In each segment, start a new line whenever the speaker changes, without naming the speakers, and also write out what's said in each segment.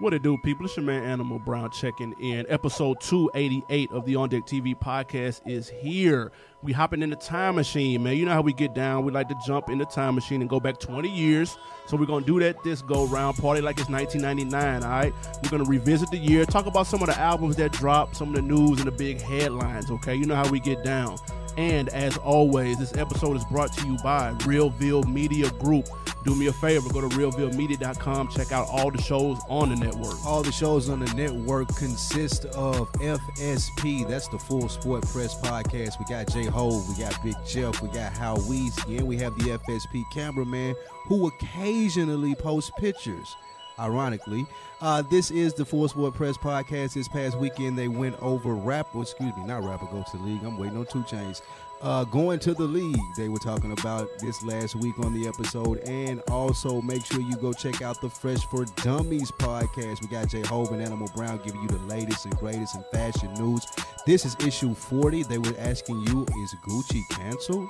What it do, people? It's your man Animal Brown checking in. Episode 288 of the On Deck TV podcast is here. We hopping in the time machine, man. You know how we get down. We like to jump in the time machine and go back 20 years. So we're gonna do that this go round. Party like it's 1999. All right. We're gonna revisit the year. Talk about some of the albums that dropped, some of the news and the big headlines. Okay. You know how we get down. And as always, this episode is brought to you by Realville Media Group. Do me a favor, go to realvillemedia.com, check out all the shows on the network.
All the shows on the network consist of FSP. That's the Full Sport Press Podcast. We got Jay Ho, we got Big Jeff, we got How Weezy, and we have the FSP cameraman who occasionally posts pictures. Ironically, uh, this is the Full Sport Press Podcast. This past weekend, they went over rapper. Excuse me, not rapper. Go to the league. I'm waiting on two chains. Uh, going to the league. They were talking about this last week on the episode, and also make sure you go check out the Fresh for Dummies podcast. We got Jay Hove and Animal Brown giving you the latest and greatest in fashion news. This is issue 40. They were asking you, is Gucci canceled?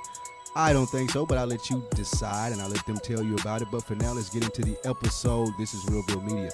I don't think so, but I'll let you decide and I'll let them tell you about it. But for now, let's get into the episode. This is Real Bill Media.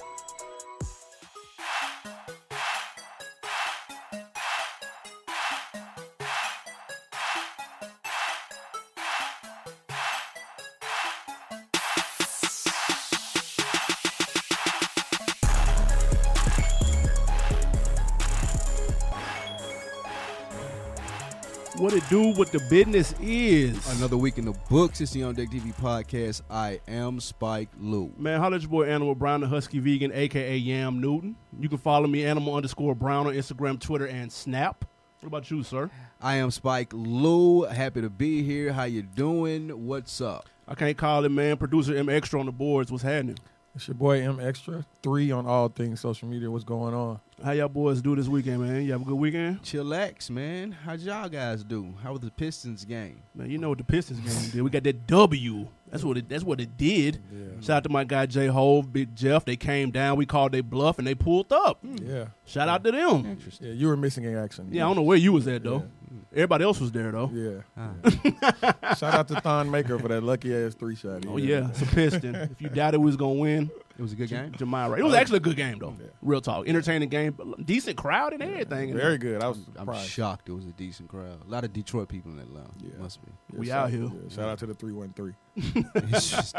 What it do, what the business is.
Another week in the books. It's the On Deck TV podcast. I am Spike Lou.
Man, holla at your boy Animal Brown, the Husky Vegan, aka Yam Newton. You can follow me, Animal underscore Brown, on Instagram, Twitter, and Snap. What about you, sir?
I am Spike Lou. Happy to be here. How you doing? What's up?
I can't call it, man. Producer M Extra on the boards. What's happening?
It's your boy M Extra three on all things social media. What's going on?
How y'all boys do this weekend, man? You have a good weekend?
Chillax, man. How'd y'all guys do? How was the Pistons game?
Man, you know what the Pistons game did. We got that W. That's what it that's what it did.
Yeah,
Shout out to my guy J Hove, Big Jeff. They came down, we called their bluff and they pulled up.
yeah,
Shout out to them.
Interesting.
yeah. You were missing in action.
Hmm. Yeah, I don't know where you was at though. Everybody else was there though.
Yeah.
Ah.
Shout out to Thon Maker for that lucky ass three shot.
Oh yeah, it's a piston. if you doubted we was gonna win,
It was a good game.
Jamirai. It was actually a good game though.
Yeah.
Real talk, entertaining game, but decent crowd and everything.
Very good. I was
I'm
surprised.
shocked it was a decent crowd. A lot of Detroit people in that lounge.
Yeah.
Must be.
Yeah,
We
shout-
out here.
yeah, shout out to the three one three.
It's just-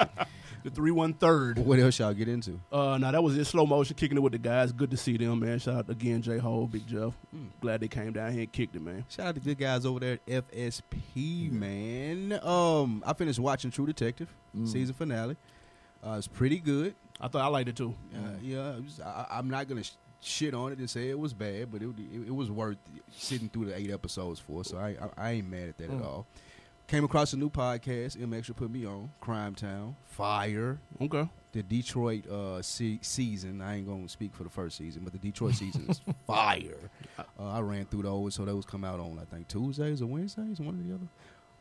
the three one third.
what else y'all get into?
Uh, now that was in slow motion, kicking it with the guys. Good to see them, man. Shout out again, J Ho, Big Jeff.
Mm.
Glad they came down here and kicked it, man.
Shout out to good guys over there at FSP, man. Um, I finished watching True Detective
Mm.
season finale. Uh, it's pretty good.
I thought I liked it too.
Uh, yeah, it was, I, I- I'm not gonna sh- shit on it and say it was bad, but it it, it was worth sitting through the eight episodes for. So I I, I ain't mad at that at
Mm.
all. Came across a new podcast. M Extra put me on Crime Town, Fire,
Okay,
the Detroit uh, se- season. I ain't gonna speak for the first season, but the Detroit season is fire. Uh, I ran through those, so those come out on I think Tuesdays or Wednesdays, one or the other.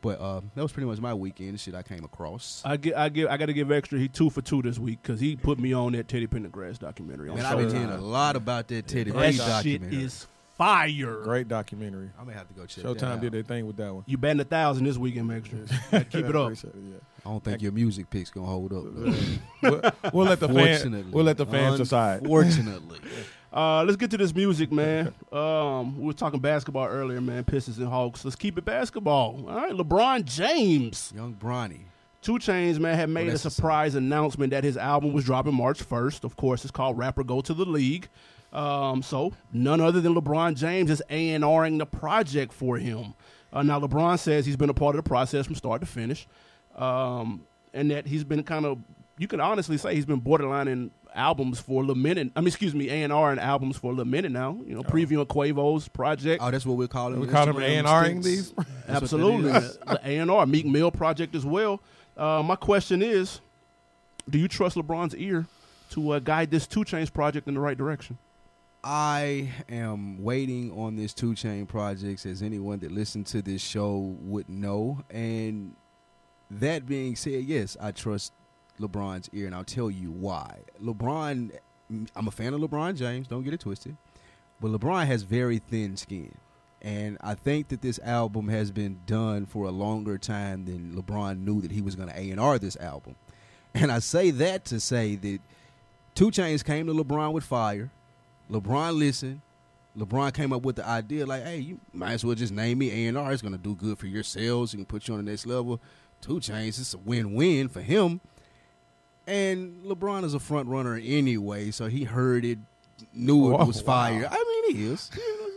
But uh, that was pretty much my weekend. Shit, I came across.
I get, I give, I got to give extra. He two for two this week because he put me on that Teddy Pendergrass documentary. on
Man, I've been
Showtime.
hearing a lot about that Teddy Ray
That shit
documentary.
is fire.
Great documentary.
I'm gonna have to go check. that
Showtime
out.
did their thing with that one.
You batting a thousand this weekend, extra. Keep it up.
Appreciate it,
I don't think your music picks gonna hold up. though.
yeah. we'll, we'll let the
Fortunately,
fans. We'll let the fans decide.
Fortunately,
Uh, let's get to this music, man. Um, we were talking basketball earlier, man. Pistons and Hawks. Let's keep it basketball. All right, LeBron James,
young Bronny.
Two Chains, man, had made a
that's the
surprise announcement that his album was dropping March first. Of course, it's called Rapper Go to the League. Um, so none other than LeBron James is A and Ring the project for him. Uh, now LeBron says he's been a part of the process from start to finish, um, and that he's been kind of. You can honestly say he's been borderline in albums for a little minute. I mean, excuse me, A and R and albums for a little minute now. You know, previewing Quavo's project.
Oh, that's what we're calling.
We call them
Instagram
A&Ring
stinks.
these.
That's what that
Absolutely,
is.
the A and R Meek Mill project as well. Uh, my question is, do you trust LeBron's ear to uh, guide this Two Chains project in the right direction?
I am waiting on this two chain projects, as anyone that listened to this show would know. And that being said, yes, I trust LeBron's ear, and I'll tell you why. LeBron, I'm a fan of LeBron James. Don't get it twisted, but LeBron has very thin skin, and I think that this album has been done for a longer time than LeBron knew that he was going to A and R this album. And I say that to say that Two Chains came to LeBron with fire. LeBron listened. LeBron came up with the idea like, hey, you might as well just name me A and R. It's gonna do good for your sales. It can put you on the next level. Two Chains, it's a win-win for him. And LeBron is a front runner anyway, so he heard it, knew it
Wow.
was fire.
Oh.
I mean, he is.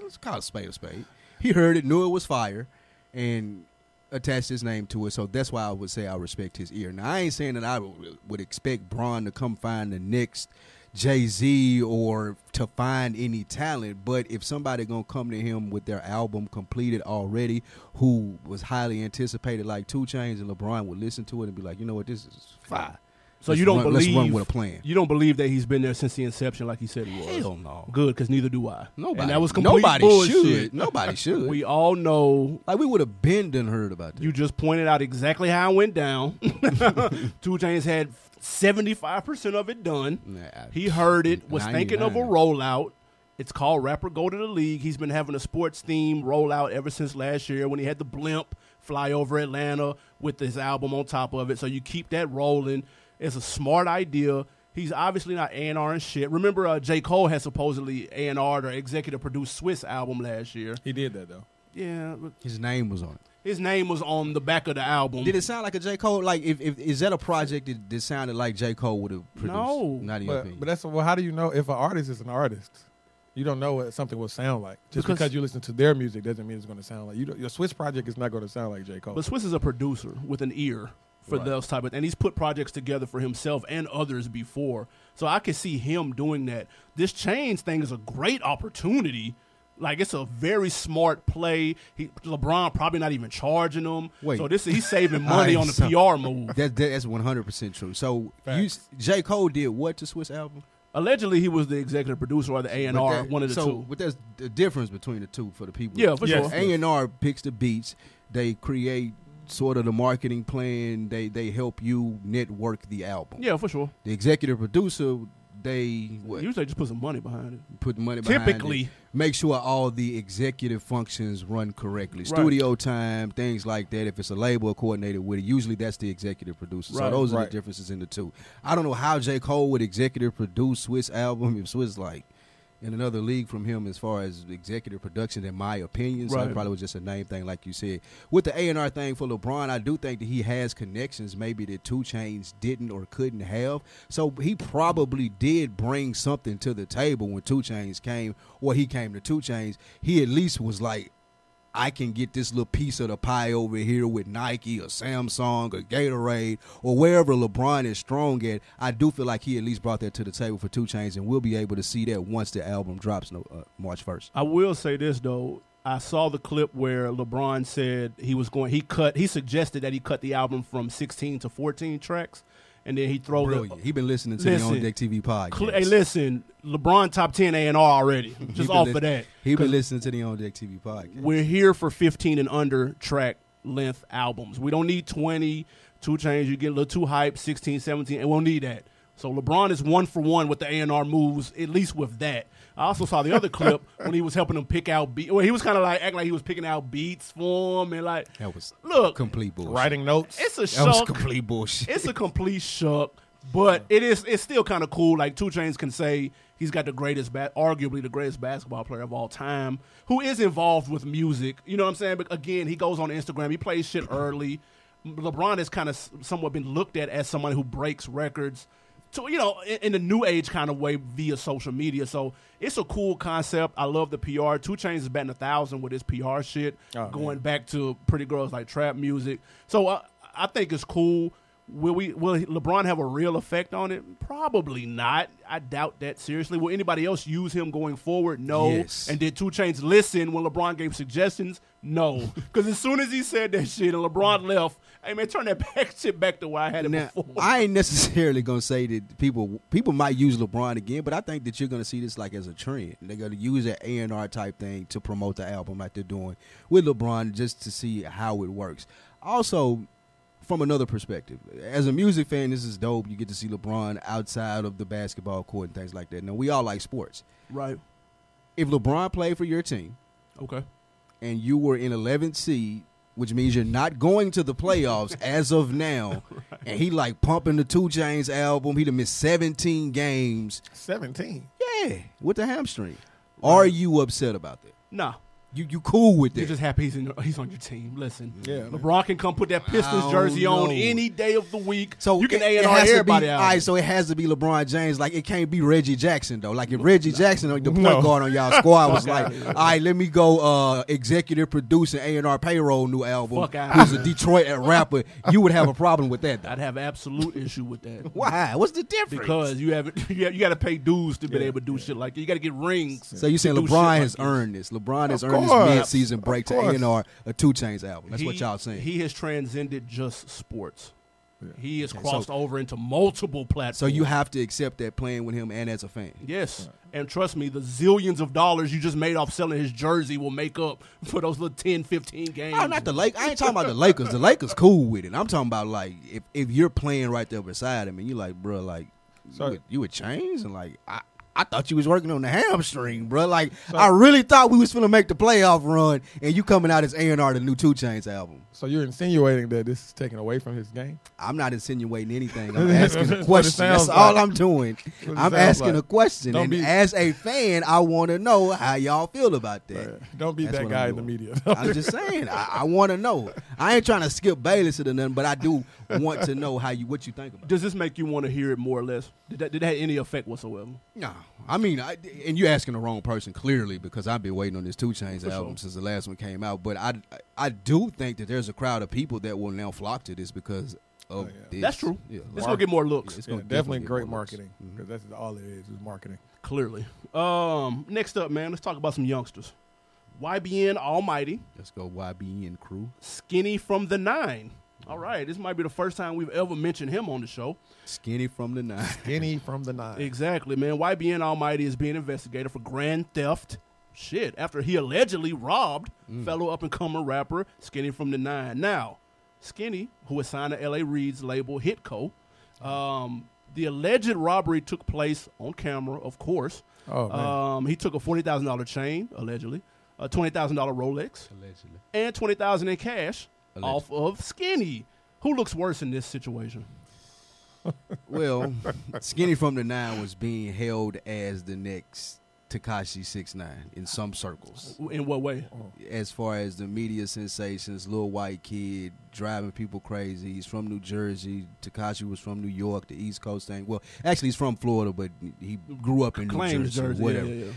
Let's call it a spade a spade. He heard it, knew it was fire, and attached his name to it. So that's why I would say I respect his ear. Now I ain't saying that I would would expect Braun to come find the next Jay Z or to find any talent, but if somebody gonna come to him with their album completed already, who was highly anticipated, like Two Chains and LeBron would listen to it and be like, you know what, this is fire.
So
Let's
you don't
run-
believe
let's run with a plan.
You don't believe that he's been there since the inception, like he said he was.
Hell no.
Good, because neither do I.
Nobody.
And that was complete
nobody
bullshit.
should. Nobody should.
We all know.
like we would have been done heard about this.
You just pointed out exactly how it went down. Two Chains had seventy five percent of it done.
Nah, I-
He heard it, was thinking of a
99.
rollout. It's called Rapper Go to the League. He's been having a sports theme rollout ever since last year when he had the blimp fly over Atlanta with his album on top of it. So you keep that rolling. It's a smart idea. He's obviously not A&R and shit. Remember, uh, J. Cole had supposedly A&R'd or executive produced Swiss album last year.
He did that though.
Yeah, but
His name was on it.
his name was on the back of the album.
Did it sound like a J. Cole? Like, if, if is that a project that, that sounded like J. Cole would have produced?
No.
Not in your
But,
opinion.
but that's well. How do you know if an artist is an artist? You don't know what something will sound like. Just
Because-
because, you listen to their music doesn't mean it's going to sound like you. Don't, your Swiss project is not going to sound like J Cole.
But Swiss is a producer with an ear for
Right.
those type of, and he's put projects together for himself and others before. So I could see him doing that. This chains thing is a great opportunity. Like it's a very smart play. He, LeBron probably not even charging him.
Wait.
So this he's saving money
All
on
right,
the
so-
PR move.
that, that- that's one hundred percent true. So you,
Facts.
J. Cole did what to Swiss album?
Allegedly, he was the executive producer or the A and
But
R,
that-
one of the
so,
two.
But there's the difference between the two for the people.
Yeah, for
Yes.
sure.
A and R picks the beats. They create sort of the marketing plan. They they help you network the album.
Yeah, for sure.
The executive producer, they what,
Usually, just put some money behind it.
put money behind
Typically.
it. make sure all the executive functions run correctly.
Right.
Studio time, things like that. If it's a label coordinated with it, usually that's the executive producer.
Right,
so those are
right.
the differences in the two. I don't know how J. Cole would executive produce Swiss album if Swiss like in another league from him as far as executive production in my opinion. So
Right.
it probably was just a name thing like you said. With the A and R thing for LeBron, I do think that he has connections maybe that two chains didn't or couldn't have. So he probably did bring something to the table when two chains came or he came to two chains. He at least was like I can get this little piece of the pie over here with Nike or Samsung or Gatorade or wherever LeBron is strong at. I do feel like he at least brought that to the table for Two Chains, and we'll be able to see that once the album drops no, uh, March first.
I will say this though. I saw the clip where LeBron said he was going. He cut. He suggested that he cut the album from 16 to 14 tracks, and then he throw
Brilliant.
the.
He been listening to
Oh, Listen.
the On Deck TV podcast.
Cl- Hey, listen, LeBron top 10 A and R already.
He
Just
been
off
lis-
of that,
He been listening to the On Deck TV podcast.
we're here for 15 and under track length albums. We don't need 20. Two chains, you get a little too hype. 16, 17, and we'll need that. So LeBron is one for one with the A and R moves, at least with that. I also saw the other clip when he was helping him pick out beats. Well, he was kind of like acting like he was picking out beats for him, and like
That was
look,
complete bullshit.
Writing notes.
it's a
That was
shock.
complete bullshit.
It's a complete shock, but it is. It's still kind of cool. Like Two Chains can say he's got the greatest, ba- arguably the greatest basketball player of all time, who is involved with music. You know what I'm saying? But again, he goes on Instagram. He plays shit early. LeBron has kind of somewhat been looked at as someone who breaks records. To, you know, in, in the new age kind of way via social media. So it's a cool concept. I love the PR. Two Chains is batting a thousand with his PR shit,
Oh,
going
man.
back to pretty girls like trap music. So I, I think it's cool. Will we? Will LeBron have a real effect on it? Probably not. I doubt that seriously. Will anybody else use him going forward? No.
Yes.
And did Two Chains listen when LeBron gave suggestions? No. Because as soon as he said that shit and LeBron left, hey man, turn that back shit back to where I had it
Now,
before.
I ain't necessarily gonna say that people people might use LeBron again, but I think that you're gonna see this like as a trend. They're gonna use that A and R type thing to promote the album like they're doing with LeBron, just to see how it works. Also, from another perspective, as a music fan, this is dope. You get to see LeBron outside of the basketball court and things like that. Now we all like sports.
right.
If LeBron played for your team
Okay.
and you were in 11th seed which means you're not going to the playoffs as of now. And he like pumping the Two Chains album. He done missed 17 games.
Seventeen.
Yeah, with the hamstring. Are you upset about that?
Nah.
You you cool with
You're
that?
just happy he's, in, he's on your team. Listen,
Yeah, man.
LeBron can come put that Pistons
don't
jersey on
know.
any day of the week.
So
you can
it-
A
it
and R
has to
everybody
be,
out.
All right, so it has to be LeBron James. Like it can't be Reggie Jackson though. Like if Reggie Jackson, like, the point
No.
guard on y'all squad, was like, all right, let me go uh, executive producer A and R payroll new album.
Fuck out.
Who's a Detroit rapper? You would have a problem with that. Though.
I'd have absolute issue with that.
Why? What's the difference?
Because you haven't, you, got to pay dues to be able to do shit like that. You got to get rings.
so you saying
do shit
LeBron
like
has
this.
earned this? LeBron has
Of
earned this
course.
mid-season break to A
course.
and R a Two Chains album. That's what
He-
y'all saying.
He has transcended just sports. He has
so-
crossed over into multiple platforms.
so you have to accept that playing with him and as a fan.
Yes. And trust me, the zillions of dollars you just made off selling his jersey will make up for those little 10, 15 games.
Oh, not the Lake. I ain't talking about the Lakers. The Lakers cool with it. I'm talking about like if, if you're playing right there beside him and you like, bro, like you
So-
would, you would change and like I, I thought you was working on the hamstring, bro. Like I really thought we was finna make the playoff run and you coming out as A and R the new Two Chains album.
So you're insinuating that this is taken away from his game?
I'm not insinuating anything. I'm asking a
That's what it
question. That's
sounds
all
like.
I'm doing.
what it
I'm
sounds
asking
like.
a question,
Don't
and
be-
as a fan, I want to know how y'all feel about that.
Right. Don't be
Eh, That's
that
what
guy
I'm
in the
doing.
media.
I'm just saying. I, I want to know. I ain't trying to skip Bayless or nothing, but I do want to know how you what you think about. it.
Does this make you want to hear it more or less? Did that, did that have any effect whatsoever?
No, I mean, I, and you asking the wrong person clearly because I've been waiting on this Two Chains album
sure.
since the last one came out. But I, I do think that there's a crowd of people that will now flock to this because of
Oh, yeah.
this.
That's true.
Yeah,
it's going to get more looks,
It's
Yeah,
gonna
definitely
get Mm-hmm.
great
more looks.
marketing because that's all it is is marketing.
clearly. Um, next up, man, let's talk about some youngsters. YBN Almighty,
Let's go YBN crew.
Skinny from the Nine. All right, this might be the first time we've ever mentioned him on the show.
Skinny from the nine.
Skinny from the nine.
Exactly, man. YBN Almighty is being investigated for grand theft. Shit, after he allegedly robbed
Mm.
fellow up and coming rapper Skinny from the Nine. Now, Skinny, who is signed to LA Reid's label Hitco, um, the alleged robbery took place on camera, of course.
Oh, man.
Uh,
um, he took a forty thousand dollar chain, allegedly, a twenty thousand dollar Rolex,
Allegedly.
and twenty thousand in cash
Allegedly.
off of Skinny. Who looks worse in this situation?
Well, Skinny from the Nine was being held as the next Takashi Six Nine in some circles.
In what way?
As far as the media sensations, little white kid driving people crazy. He's from New Jersey. Takashi was from New York, the East Coast thing. Well, actually, he's from Florida, but he grew up in New
Claims
Jersey, or
jersey, yeah,
whatever.
yeah, yeah.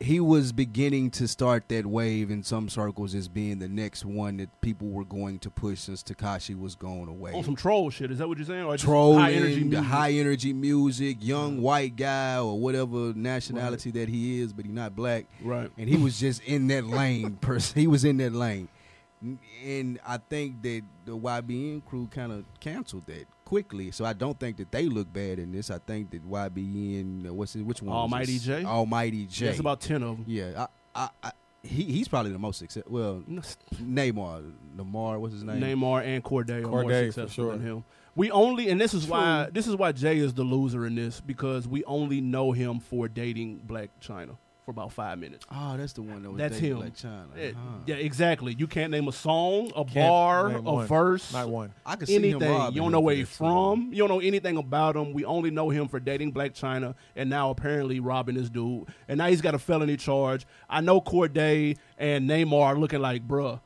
he was beginning to start that wave in some circles as being the next one that people were going to push since Takashi was going away.
on Oh, some troll shit. Is that what you're saying? Or just
Trolling,
high energy
the
music?
high energy music, young white guy or whatever nationality that he is, but he's not black.
Right.
And he was just in that lane. pers- he was in that lane. And I think that the YBN crew kind of canceled that quickly. So I don't think that they look bad in this. I think that YBN, uh, what's it, which one? was
Almighty
this?
J?
Almighty J.
That's about ten of them.
Yeah, I, I, I he, he's probably the most successful. Well, Neymar, Lamar, what's his name?
Neymar and Corday are more
Corday, for
successful
sure.
than him. We only and this is why this is why Jay is the loser in this because we only know him for dating Black China for about five minutes.
Oh, that's the one that was
That's
dating
him.
Blac China.
Yeah,
huh.
yeah, exactly. You can't name a song, a
Ah. Can't
bar, a
name one.
verse,
Not one.
I could see him
anything.
robbing
You
him
don't know
for
where he's
that song.
from. You don't know anything about him. We only know him for dating Black China, and now apparently robbing this dude. And now he's got a felony charge. I know Corday and Neymar are looking like, bruh,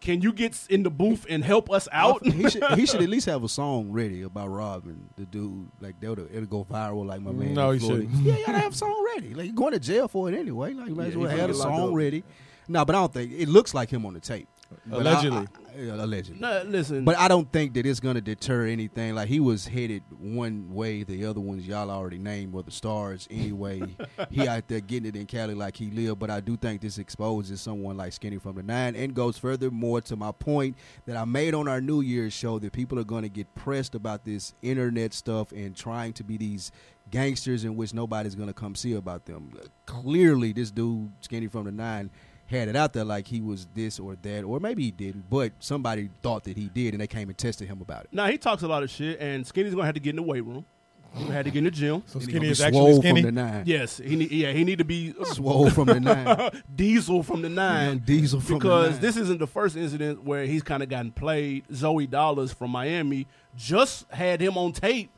can you get s- in the booth and help us out?
I- he should he should at least have a song ready about robbing the dude. Like they'll it'll go viral. Like my man.
No,
in
he
Florida.
shouldn't.
Yeah, you gotta have a song ready. Like you're going to jail for it anyway. Like you might as
Yeah,
well
he
have a
finna get locked
song
up.
ready. No, but I don't think it looks like him on the tape. But I-
Allegedly.
I- yeah, allegedly.
no, listen.
But I don't think that it's gonna deter anything. Like he was headed one way, the other ones y'all already named were the stars anyway. he out there getting it in Cali like he lived. But I do think this exposes someone like Skinny from the Nine and goes furthermore to my point that I made on our New Year's show that people are gonna get pressed about this internet stuff and trying to be these gangsters in which nobody's gonna come see about them. Clearly this dude, Skinny from the Nine had it out there like he was this or that, or maybe he didn't, but somebody thought that he did, and they came and tested him about it.
now he talks a lot of shit, and Skinny's gonna have to get in the weight room. We had to get in the gym.
So
And he
skinny
gonna be
is actually
swole
skinny.
from the nine.
Yes, he need, yeah he need to be uh,
Swole from the nine.
Diesel from the nine.
Young Diesel from the
because
nine.
this isn't the first incident where he's kind of gotten played. Zoe Dollars from Miami just had him on tape.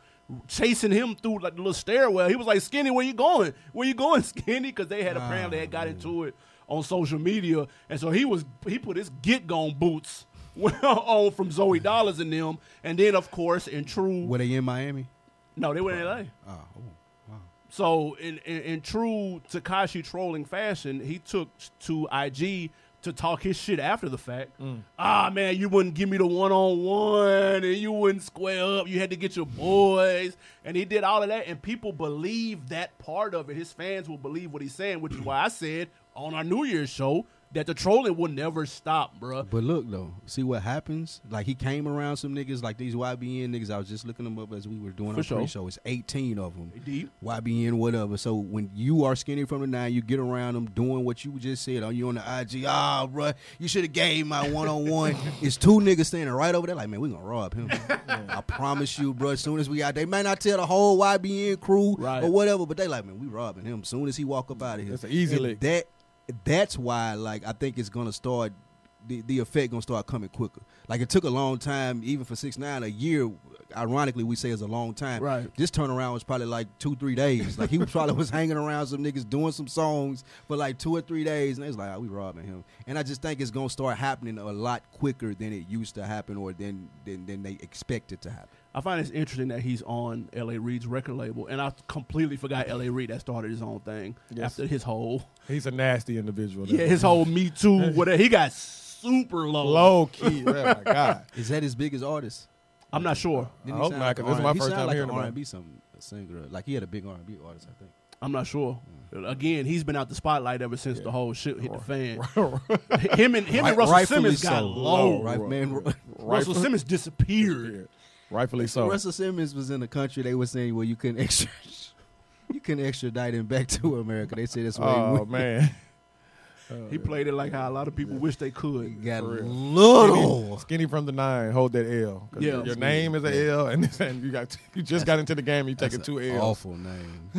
Chasing him through like the little stairwell, he was like, "Skinny, where you going? Where you going, Skinny?" Because they had apparently had got into it on social media, and so he was he put his get gone boots on from Zoe Dollars and them, and then of course in true
Were they in Miami?
no, they were in L.A.
Oh, oh, wow.
So in, in, in true Takashi trolling fashion, he took to IG to talk his shit after the fact. Ah man, you wouldn't give me the one on one, and you wouldn't square up. You had to get your boys, and he did all of that, and people believe that part of it. His fans will believe what he's saying, which is why I said on our New Year's show that the trolling will never stop, bruh.
But look though, see what happens. Like he came around some niggas, like these YBN niggas. I was just looking them up as we were doing
For
our
sure.
pre-show. It's eighteen of them.
Deep.
YBN, whatever. So when you are skinny from the nine, you get around them doing what you just said. Are you on the IG? Ah, bruh, you should have gave my one on one. It's two niggas standing right over there. Like, man, we gonna rob him. I promise you, bruh. As soon as we out, they may not tell the whole YBN crew
Right.
or whatever, but they like, man, we robbing him. Soon as he walk up out of here,
It's an easy
And
lick.
That that's why, like, I think it's gonna start. The, the effect gonna start coming quicker. Like it took a long time, even for six nine, a year. Ironically, we say is a long time.
Right.
This turnaround was probably like two, three days. Like he was probably was hanging around some niggas doing some songs for like two or three days, and it's like, oh, we robbing him. And I just think it's gonna start happening a lot quicker than it used to happen, or than than, than they expect it to happen.
I find it's interesting that he's on L.A. Reid's record label, and I completely forgot L.A. Reid that started his own thing
Yes.
after his whole
He's a nasty individual.
Yeah, his whole Me Too, whatever. He got super low.
low key. Oh my god.
Is that his biggest artist?
I'm not sure.
Didn't
I
he
hope
sound
not, 'cause this is
R&B?
my
He
first
sound
time
like
hearing
an
about him.
R&B some a singer. Like he had a big R&B artist, I think.
I'm not sure.
Mm.
Again, he's been out the spotlight ever since the whole shit hit the fan. him and him
Right-
and Russell
rightfully
Simmons got
so.
low.
Right, man.
Russell Simmons disappeared.
Rightfully so.
Russell Simmons was in a country they were saying, well, you couldn't extradite, you couldn't extradite him back to America. They said that's why he
Oh
went.
man. Uh,
He played it like how a lot of people wish they could.
Got
for real.
little.
Skinny from the nine, hold that L. 'Cause
Yeah.
your name is an L, and, and you got you just got into the game. and You taking two
an
L's.
Awful name.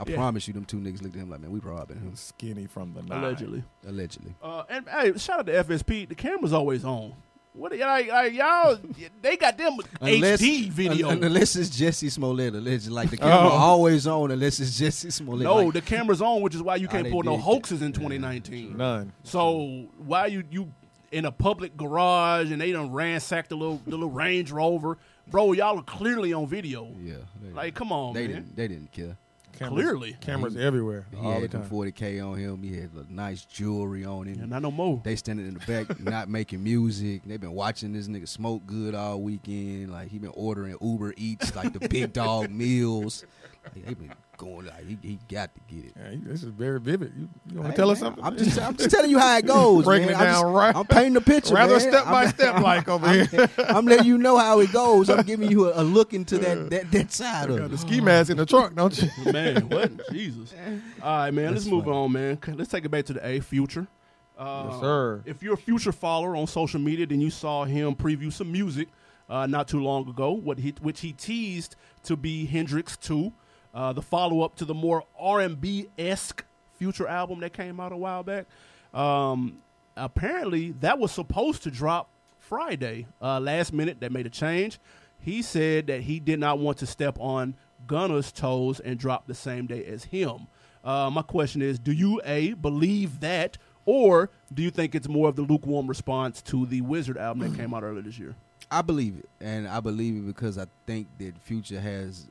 I
Yeah.
promise you, them two niggas looked at him like, man, we robbing him
Skinny from the nine.
Allegedly.
allegedly.
Uh, and hey, shout out to FSP. The camera's always on. What are, like, like y'all? They got them HD video.
un- unless it's Jesse Smollett, allegedly. Like the camera
Oh.
always on, unless it's Jesse Smollett.
no,
Like,
the camera's on, which is why you
Oh,
can't
they
pull no
did that.
hoaxes in
Yeah.
2019.
None.
So why you you in a public garage and they done ransacked the little the little Range Rover, bro? Y'all are clearly on video.
yeah, they-
Like, come on,
they
man.
didn't. They didn't care.
Cameras,
Clearly.
cameras everywhere
He
all the
had them
time.
40k on him. He had the nice jewelry on him.
Yeah, not no more.
They standing in the back, not making music. They've been watching this nigga smoke good all weekend. Like he been ordering Uber Eats, like the big dog meals. Like, they been going like he, he got to get it.
Yeah, you- this is very vivid. You, you want
Hey,
to tell
man,
us something?
I'm just, I'm just telling you how it goes.
Breaking
man.
it
I'm
down
just-
right-
I'm painting the picture.
rather
man.
step by
I'm-
step, like over
I'm,
here.
I'm letting you know how it goes. I'm giving you a, a look into that that, that side
Got
of
the
it.
ski mask in the trunk, don't you?
man, what Jesus? All right, man.
That's
let's move
funny.
on, man. C- Let's take it back to the A future. Uh,
Yes, sir.
If you're a future follower on social media, then you saw him preview some music uh, not too long ago, what he, which he teased to be Hendrix Two, uh, the follow up to the more R and B esque future album that came out a while back. Um, apparently, that was supposed to drop Friday. Uh, last minute, they made a change. He said that he did not want to step on Gunner's toes and drop the same day as him. Uh, my question is Do you A, believe that, or do you think it's more of the lukewarm response to the Wizard album that came out earlier this year?
I believe it, and I believe it because I think that Future has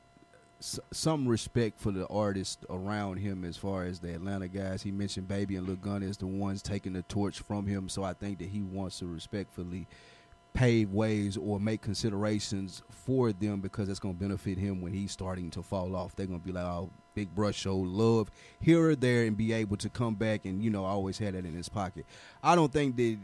s- some respect for the artists around him, as far as the Atlanta guys. He mentioned Baby and Lil Gun as the ones taking the torch from him, so I think that he wants to respectfully pave ways or make considerations for them because that's going to benefit him when he's starting to fall off. They're going to be like, oh, big brush show love here or there and be able to come back and, you know, always had that in his pocket. I don't think that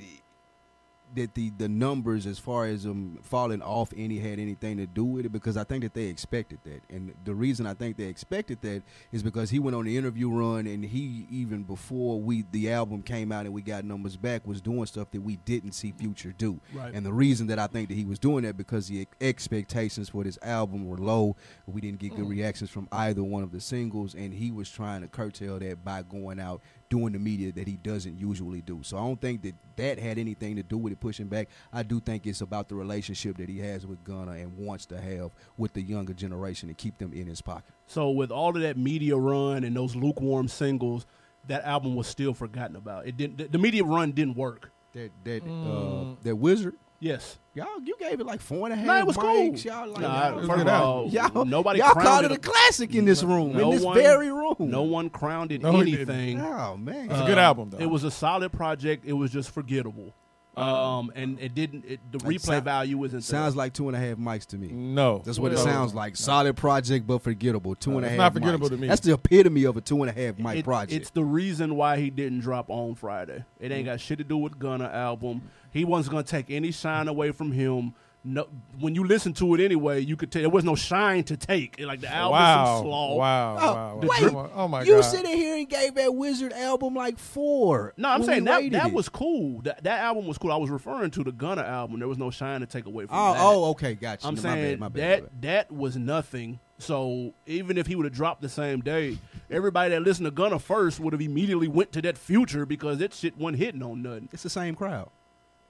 that the the numbers as far as um falling off any had anything to do with it because I think that they expected that, and the reason I think they expected that is because he went on the interview run and he even before we the album came out and we got numbers back was doing stuff that we didn't see Future do,
Right.
and the reason that I think that he was doing that because the ex- expectations for this album were low, we didn't get good reactions from either one of the singles, and he was trying to curtail that by going out doing the media that he doesn't usually do. So I don't think that that had anything to do with it pushing back. I do think it's about the relationship that he has with Gunna and wants to have with the younger generation to keep them in his pocket.
So with all of that media run and those lukewarm singles, that album was still forgotten about. It didn't. The, the media run didn't work.
That that uh,
Mm.
that wizard.
Yes.
Y'all, you gave it like four and a half.
No, it was cool.
mics. Y'all like,
Nah,
y'all-
it was
first
good
of all,
Y'all,
nobody
y'all called
crowned
it a classic in this room,
No
in this
one-
very room.
No one crowned it
No, we didn't.
anything.
Oh man,
It's a good album, though.
It was a solid project. It was just forgettable. Um, and it didn't. It, the
Like,
replay
Uh-huh. sou-
value isn't.
sounds like two and a half mics to me.
No,
That's what it
No.
sounds like. Solid project, but forgettable. Two
No,
and a half.
it's not forgettable
mics.
to me.
That's the epitome of a two and a half mic
It-
project. Mm.
It's the reason why he didn't drop on Friday. It ain't got shit to do with Gunna album. He wasn't gonna take any shine away from him. No, when you listen to it anyway, you could tell there was no shine to take. Like the album
Wow,
slaw.
wow, wow,
Oh,
wow.
wait.
Oh my- Oh my
you
god!
sitting here and gave that Wizard album like four.
No, I'm
when
saying
we
that
rated
that
it.
was cool. That that album was cool. I was referring to the Gunna album. There was no shine to take away from
Oh,
that.
oh, okay, gotcha.
I'm
No, my
saying
bad, my bad,
that
my bad.
that was nothing. So even if he would have dropped the same day, everybody that listened to Gunna first would have immediately went to that future because that shit wasn't hitting on nothing.
It's the same crowd.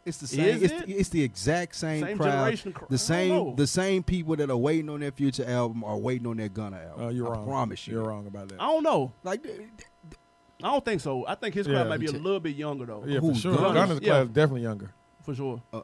It's the
Is
same. it's,
it?
the, it's the exact same,
Same
crowd.
generation cr- I
the
don't
same.
know.
The same people that are waiting on their future album are waiting on their Gunna album.
Uh, you're
I
wrong.
promise you.
You're wrong about that.
I don't know.
Like, th- th-
I don't think so. I think his crowd
Yeah.
might be a little bit younger though,
Yeah,
Who,
for sure.
Gunna's?
Gunna's,
Yeah.
class is definitely younger.
for sure.
Uh,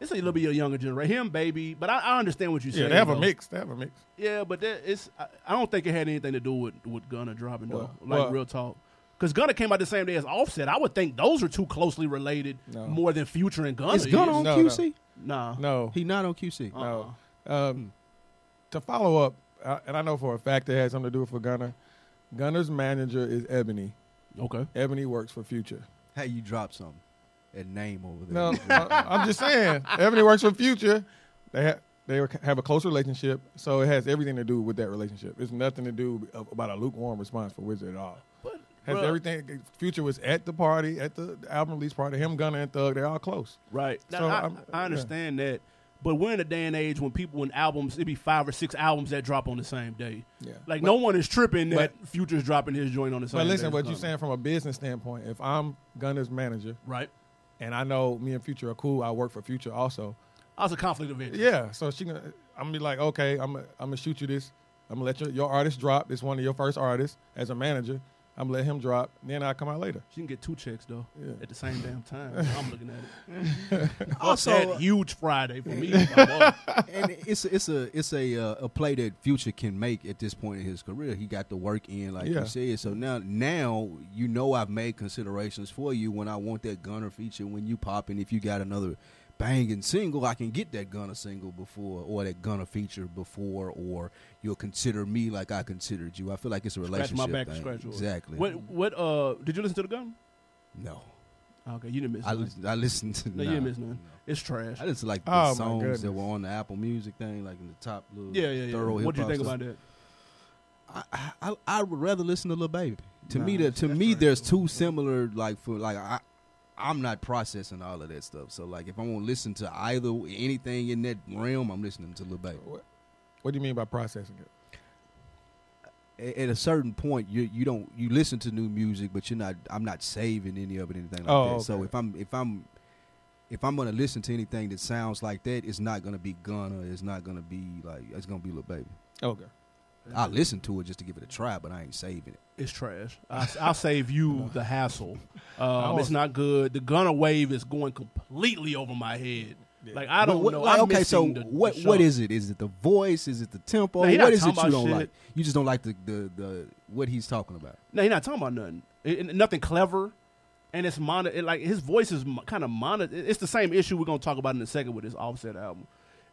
It's a little bit a younger generation. Him, baby, but I, I understand what you
Yeah,
saying.
they have a
though.
mix. They have a mix.
Yeah, but that, it's. I, I don't think it had anything to do with with Gunna dropping though.
Well,
like
well-
real talk, because Gunna came out the same day as Offset. I would think those are too closely related
No.
more than Future and Gunna.
is Gunna on
No, no.
QC?
Nah.
No,
He not on QC.
Uh-uh.
no. Um, to follow up, uh, and I know for a fact it had something to do with for Gunner. Gunner's manager is Ebony.
Okay.
Ebony works for Future.
Hey, you dropped something. That name over there.
No, I, I'm just saying. Ebony works for Future. They ha- they have a close relationship, so it has everything to do with that relationship. It's nothing to do ab- about a lukewarm response for Wizard at all.
But
Has
bruh,
everything. Future was at the party, at the album release party. Him, Gunner, and Thug. They're all close.
right? Now,
So,
I,
I'm-
I understand that, but we're in a day and age when people in albums it'd be five or six albums that drop on the same day.
Yeah.
Like no one is tripping that
but-
Future's dropping his joint on the same.
But
day
listen,
as
what you're
Gunna.
saying from a business standpoint, if I'm Gunner's manager
right?
and I know me and Future are cool, I work for Future also.
I was a conflict of interest.
Yeah, so she gonna, I'm gonna be like, okay, I'm gonna, I'm gonna shoot you this. I'm gonna let your, your artist drop. It's one of your first artists as a manager. I'm gonna let him drop. Then I come out later.
She can get two checks though
Yeah.
at the same damn time. I'm looking at it. Also,
Also,
that huge Friday for me. my boy.
and it's it's a it's a uh, a play that Future can make at this point in his career. He got the work in, like
Yeah.
you said. So now now you know I've made considerations for you when I want that Gunner feature when you pop, and if you got another banging single, I can get that Gunner single before or that Gunner feature before, or you'll consider me like I considered you. I feel like it's a
Scratch
relationship.
my back,
thing.
scratch yours.
Exactly.
What? What? Uh, did you listen to the gun?
No,
Okay, you didn't miss.
I
nothing.
lis- I listened to
no,
nah.
you didn't miss nothing. It's trash.
I just like the
Oh, my
songs that
goodness.
were on the Apple Music thing, like in the top little
Yeah, yeah, yeah.
thorough
What do you
hip-hop
think
stuff.
about that?
I, I I would rather listen to Lil Baby. To
Nah,
me, that
that's-
to
that's
me,
right.
there's two similar like for like I. I'm not processing all of that stuff. So like, if I want to listen to either anything in that realm, I'm listening to Lil Baby.
What, what do you mean by processing it?
A- At a certain point, you you don't you listen to new music, but you're not. I'm not saving any of it, anything like
Oh,
that.
okay.
So if I'm if I'm if I'm gonna listen to anything that sounds like that, it's not gonna be Gunna. It's not gonna be like it's gonna be Lil Baby.
Okay.
I listen to it just to give it a try, but I ain't saving it.
It's trash. I, I'll save you the hassle. Um,
don't-
it's not good. The Gunna wave is going completely over my head.
Yeah.
Like I don't
What-
know.
like,
I'm
okay, so
missing the, the
what
show.
what is it? Is it the voice? Is it the tempo?
Nah, he not
what is it
talking
you
about
don't
shit.
like? You just don't like the, the, the what he's talking about.
No, he's not talking about nothing. It- it- nothing clever. And it's mono. It, like his voice is mo- kind of mono. it- It's the same issue we're gonna talk about in a second with his Offset album.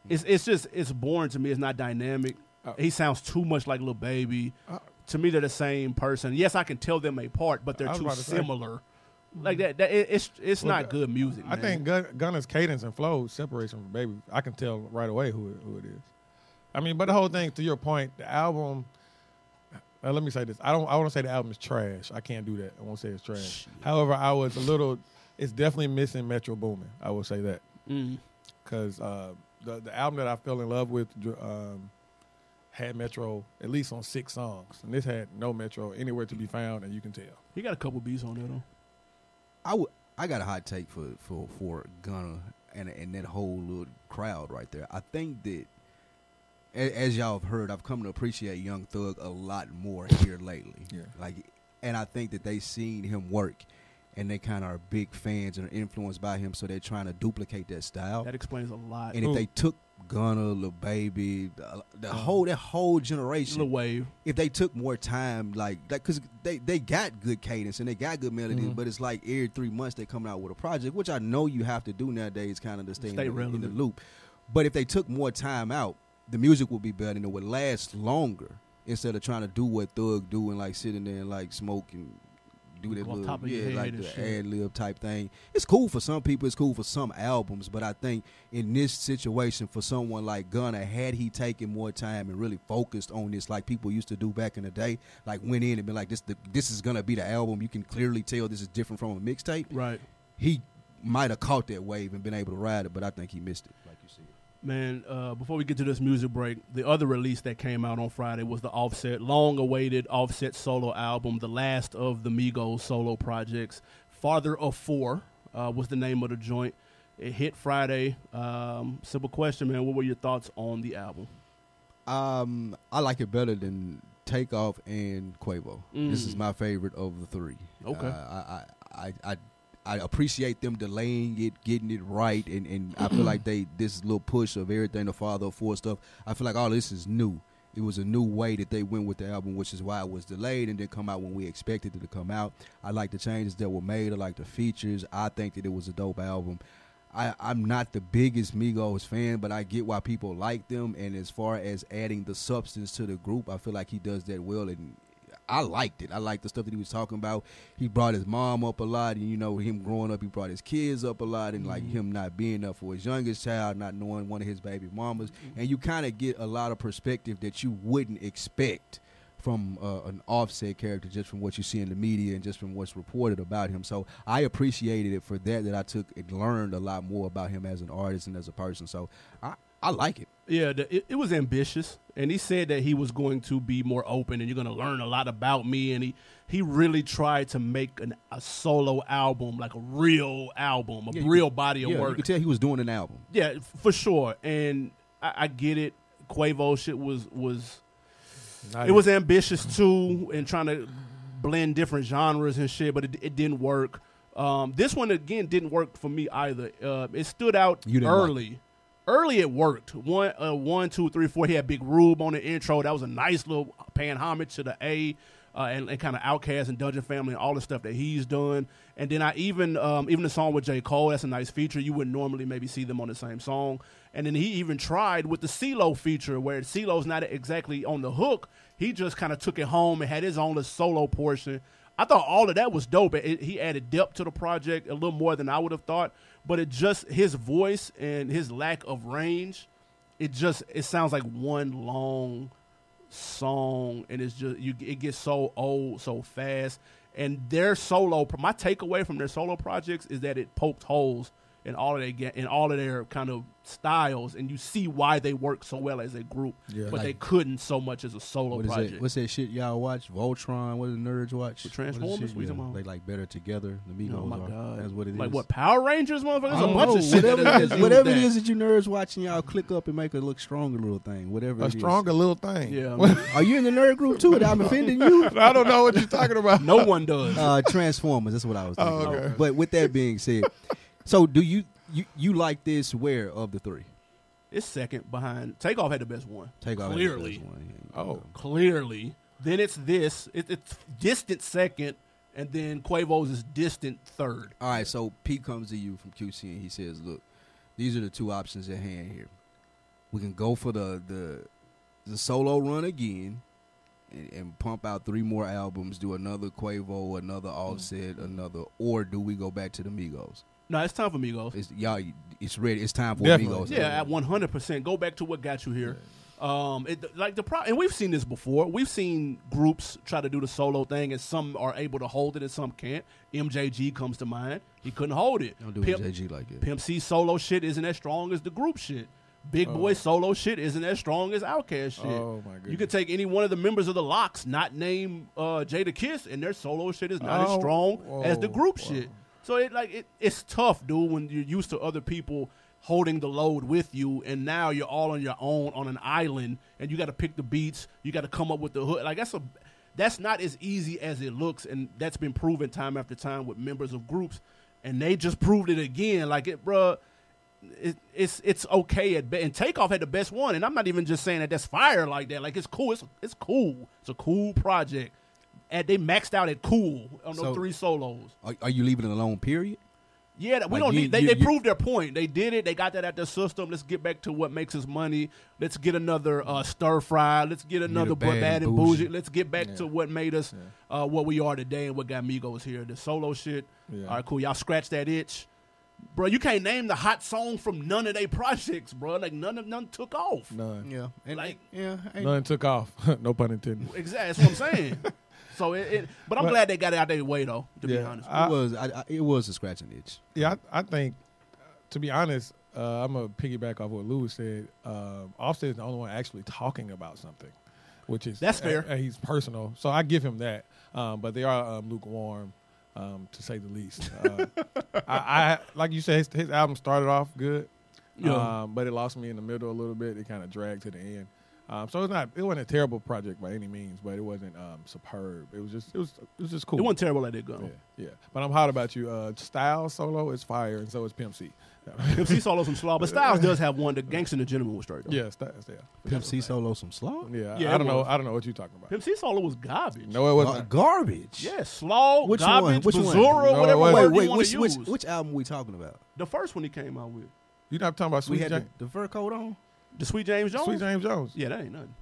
It's it's just it's boring to me. It's not dynamic.
Uh,
he sounds too much like Lil Baby.
Uh,
to me, they're the same person. Yes, I can tell them apart, but
I
they're
was
too
about to say. Mm-hmm.
similar. Like that, that it, it's it's
Well,
not good music.
I
man.
think Gun, Gunna's cadence and flow separates him from Baby. I can tell right away who it, who it is. I mean, but the whole thing, to your point, the album. uh, let me say this: I don't. I want to say the album is trash. I can't do that. I won't say it's trash. However, I was a little. It's definitely missing Metro Boomin. I will say that
Mm.
because uh, the the album that I fell in love with um, had Metro at least on six songs, and this had no Metro anywhere to be found, and you can tell.
he got a couple beats on there though.
I would. I got a hot take for for for Gunna and and that whole little crowd right there. I think that a- as y'all have heard, I've come to appreciate Young Thug a lot more here lately.
Yeah.
Like, and I think that they seen him work, and they kind of are big fans and are influenced by him, so they're trying to duplicate that style.
That explains a lot.
and if
Who?
they took Gunna, Lil Baby, the, uh, the whole that whole generation,
Oh. Lil Wave.
if they took more time, like, like, cause they they got good cadence and they got good melodies,
Mm-hmm.
Mhm.
but it's like every three months they coming out with a project, which I know you have to do nowadays, kind of to stay, in
Stay
the- in, the
relevant.
loop. But if they took more time out, the music would be better and it would last longer instead of trying to do what Thug do and like sitting there and like smoke and do that
Go off
little
top of your
yeah,
head
like
and
the
shit.
ad lib type thing. It's cool for some people. It's cool for some albums, but I think in this situation, for someone like Gunna, had he taken more time and really focused on this, like people used to do back in the day, like went in and been like, "This, the, this is gonna be the album." You can clearly tell this is different from a mixtape.
Right.
He might have caught that wave and been able to ride it, but I think he missed it. Like you said,
Man, uh, before we get to this music break, the other release that came out on Friday was the Offset, long awaited Offset solo album, the last of the Migos solo projects. Father of Four uh, was the name of the joint. It hit Friday. Um, simple question, man. What were your thoughts on the album?
um, I like it better than Takeoff and Quavo. This
Mm.
is my favorite of the three.
Okay.
Uh, I, I, I, I, I appreciate them delaying it, getting it right, and, and I feel like they this little push of everything the father of four stuff. I feel like all this is new. It was a new way that they went with the album, which is why it was delayed and didn't come out when we expected it to come out. I like the changes that were made. I like the features. I think that it was a dope album. I, I'm not the biggest Migos fan, but I get why people like them. And as far as adding the substance to the group, I feel like he does that well. And I liked it. I liked the stuff that he was talking about. He brought his mom up a lot, and you know him growing up, he brought his kids up a lot, and like him not being there for his youngest child, not knowing one of his baby mamas, and you kind of get a lot of perspective that you wouldn't expect from uh, an offset character just from what you see in the media and just from what's reported about him. So I appreciated it for that. That I took and learned a lot more about him as an artist and as a person. So I I like it.
Yeah, the, it, it was ambitious, and he said that he was going to be more open, and you're going to learn a lot about me. And he he really tried to make an, a solo album, like a real album, a
Yeah, you
real body of
yeah, you
work.
could tell he was doing an album.
Yeah, f- for sure. And I, I get it. Quavo shit was was it was ambitious too, and trying to blend different genres and shit, but it, it didn't work. Um, this one again didn't work for me either. Uh, it stood out
You didn't like
early. Early it worked. One, uh, one, two, three, four. He had Big Rube on the intro. That was a nice little paying homage to the A uh, and, and kind of Outcast and Dungeon Family and all the stuff that he's done. And then I even um, even the song with J Cole. That's a nice feature. You wouldn't normally maybe see them on the same song. And then he even tried with the CeeLo feature, where CeeLo's not exactly on the hook. He just kind of took it home and had his own little solo portion. I thought all of that was dope. It- it- he added depth to the project a little more than I would have thought. But it just his voice and his lack of range, it just it sounds like one long song, and it's just you. It gets so old so fast. And their solo, my takeaway from their solo projects is that it poked holes in all of their ga- in all of their kind of styles, and you see why they work so well as a group,
Yeah.
but
Like-
they couldn't so much as a solo
What is
project.
that? What's that shit y'all watch? Voltron. What do the nerds watch? What is
Transformers? What
shit?
you
Yeah,
talking about?
They like better together. The Migos.
Oh my
are.
god!
That's what it is.
Like what Power Rangers, motherfucker?
I
There's a
don't
bunch
know.
of shit.
Oh, Whatever,
that
it is, whatever it is that you nerds watching, y'all click up and make a look stronger little thing. Whatever.
a
it is.
stronger little thing.
Yeah, I mean,
Are you in the nerd group too? I'm offending you.
I don't know what you're talking about.
no one does.
Uh, Transformers. That's what I was thinking.
Oh, okay.
of. But with that being said, so do you you you like this? Where of the three?
It's second behind. Takeoff had the best one.
Take off.
clearly,
Oh,
clearly. Then it's this. It, it's distant second, and then Quavo's is distant third.
All right, so Pete comes to you from QC and he says, "Look, these are the two options at hand here. We can go for the the the solo run again, and, and pump out three more albums, do another Quavo, another Offset, another, or do we go back to the Migos?
No, it's time for Migos.
It's, y'all, it's ready. It's time for
Definitely.
Migos.
Yeah, at one hundred percent. Go back to what got you here. Um, it, like the pro, and we've seen this before. We've seen groups try to do the solo thing, and some are able to hold it, and some can't. MJG comes to mind. He couldn't hold it.
Don't do
Pimp-
JG like that.
Pimp C solo shit isn't as strong as the group shit. Big Boy solo shit isn't as strong as Outkast shit.
Oh, my goodness.
You could take any one of the members of the Locks, not name uh, Jada Kiss, and their solo shit is not as
Oh,
strong as the
whoa,
group
wow.
shit. So it like it, it's tough, dude, when you're used to other people holding the load with you, and now you're all on your own on an island, and you got to pick the beats, you got to come up with the hook. Like that's a that's not as easy as it looks, and that's been proven time after time with members of groups, and they just proved it again. Like it, bruh. It, it's it's okay at best, and Takeoff had the best one, and I'm not even just saying that that's fire like that. Like it's cool, it's it's cool, it's a cool project. And they maxed out at cool on those
So-
three solos.
Are, are you leaving it alone? Period.
Yeah, that- we
Like,
don't
you-
need. They,
you-
they
you-
proved their point. They did it. They got that out their system. Let's get back to what makes us money. Let's get another uh, stir fry. Let's get another
a
bad,
Bad
bad
and
and bougie.
Bougie.
Let's get back to what made us uh, what we are today and what got Migos here. The solo shit.
Yeah.
All right, cool. Y'all scratch that itch, bro. You can't name the hot song from none of their projects, bro. Like none of none took off.
None.
Yeah. And,
Like-
yeah. ain't-
None took off. no pun intended.
Exactly. That's what I'm saying. so it, it, but I'm
But-
glad they got it out their way though. To be
Yeah,
honest.
it
I-
was I, I, it was a scratching itch.
Yeah, I, I think, uh, to be honest, uh, I'm going to piggyback off what Lewis said. Um, Offset is the only one actually talking about something, which is uh,
That's fair.
and- and he's personal, so I give him that. Um, but they are um, lukewarm, um, to say the least. Uh, I, I like you said, his, his album started off good,
Yeah.
um, but it lost me in the middle a little bit. It kind of dragged to the end. Um, so it's not it wasn't a terrible project by any means, but it wasn't um, superb. It was just it was it was just cool.
It wasn't terrible like that gun.
Yeah, yeah. But I'm hot about you. Uh, Style solo is fire, and so is Pimp C.
Pimp C solo some slaw, but Styles does have one. The Gangsta and the Gentleman was straight. Though.
yeah, Styles. Yeah,
Pimp C solo some slaw.
yeah.
Yeah,
I
it
don't know.
was.
I don't know what you're talking about.
Pimp C solo was garbage.
No, it
Gar-
wasn't.
garbage.
Yeah, slaw,
Which
garbage,
one? Which one?
Bazura,
No,
whatever
it wasn't.
word
Wait,
you
wait,
want
which,
to
which
use.
which album we talking about?
the first one he came out with,
You're not talking about
we
Sweet
had
James.
the, the fur coat on.
the Sweet James Jones.
Sweet James Jones.
Yeah, that ain't nothing.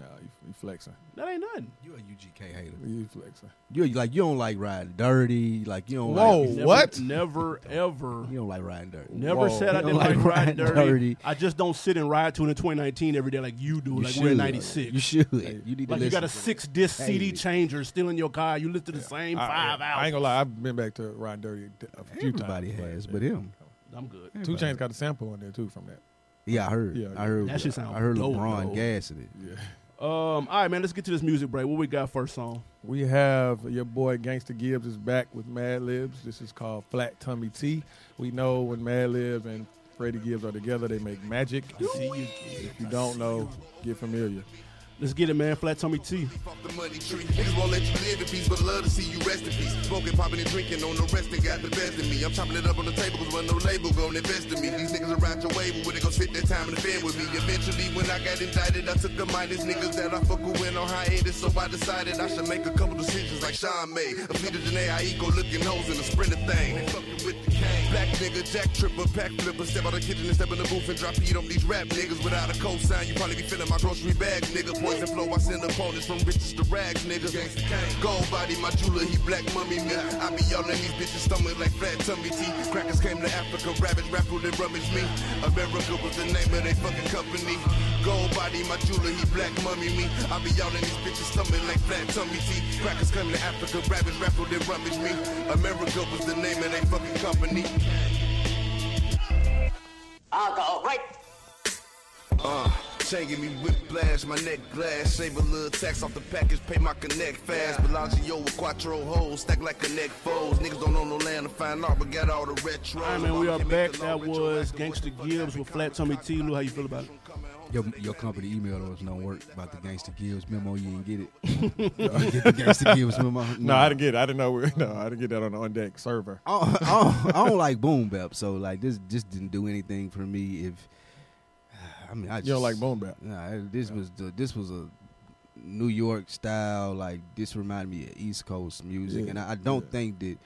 No, you, you flexing.
That ain't nothing.
You a UGK hater.
You flexing.
You like you don't like riding dirty. Like you don't.
Whoa.
Like,
Never-
What?
Never ever.
you don't like riding dirty.
Never
Whoa.
said I
You
didn't
like
like, riding
riding
dirty.
dirty.
I just don't sit and ride to it in 2019 every day like you do.
You
like we're in
should.
'96.
You should.
Hey,
You need to
like you
listen.
got a six disc
Hey.
CD changer still in your car. You listen to the same
I-
five
I,
hours.
ain't gonna lie. I've been back to Ron Dirty a few
Everybody
times.
has, but him.
I'm good.
Two Chains got a sample on there too from that.
Yeah, I heard.
Yeah,
I heard.
that shit sound
I heard
dope,
LeBron
though.
gassing it.
Yeah.
Um, all right, man. Let's get to this music break. What we got first song?
We have your boy Gangsta Gibbs is back with Mad Libs. This is called Flat Tummy Tea. We know when Mad Libs and Freddie Gibbs are together, they make magic. If you don't know, get familiar.
Let's get it, man. Flat Tummy T.
Off the money tree. Niggas won't let you live in peace, but love to see you rest in peace. Smoking, popping, and drinking on the rest and got the best of me. I'm chopping it up on the table because when no label gon' invest in me. These niggas around your way, but when they gon' spit their time in the bed with me. Eventually, when I got indicted, I took a minus niggas that I fuck with went on hiatus. So I decided I should make a couple decisions like Sean made. I'm Peter Janae, I eco looking hoes in a sprinter thing. They Fucking with the cane. Black nigga, jack tripper, pack flipper. Step out the kitchen and step in the booth and drop heat on these rap niggas without a cosign. You probably be filling my grocery bags, nigga. Poison flow, I send opponents from riches to rags, nigga. Gold body, my jeweler, he black mummy me. I be y'all in these bitches' stomach like flat tummy tea. Crackers came to Africa, rabbits raffled and rummaged me. America was the name of they fucking company. Gold body, my jeweler, he black mummy me. I be y'all in these bitches' stomach like flat tummy tea. Crackers came to Africa, rabbits raffled and rummaged me. America was the name of they fucking company.
I'll go right
Uh, chain give me whiplash, my neck glass. Save a little tax off the package, pay my connect fast. Bellagio with quattro holes, stack like connect foes. Niggas don't own no land to find art, but got all the retro.
All right, man, we are back. That was Gangsta Gibbs with Flat Tummy T. Lou, how you feel about it?
Your, your company emailed us no work about the Gangsta Gibbs memo. You didn't get it. you didn't get the Gangsta Gibbs memo.
No, I didn't get it. I didn't know. We, no, I didn't get that on the on deck server.
I don't, I don't- I don't like boom bap, so like this just didn't do anything for me. If I mean, I just,
You don't like boom bap?
Nah, I- this was the, this was a New York style. Like this reminded me of East Coast music,
Yeah,
and I, I don't
yeah.
think that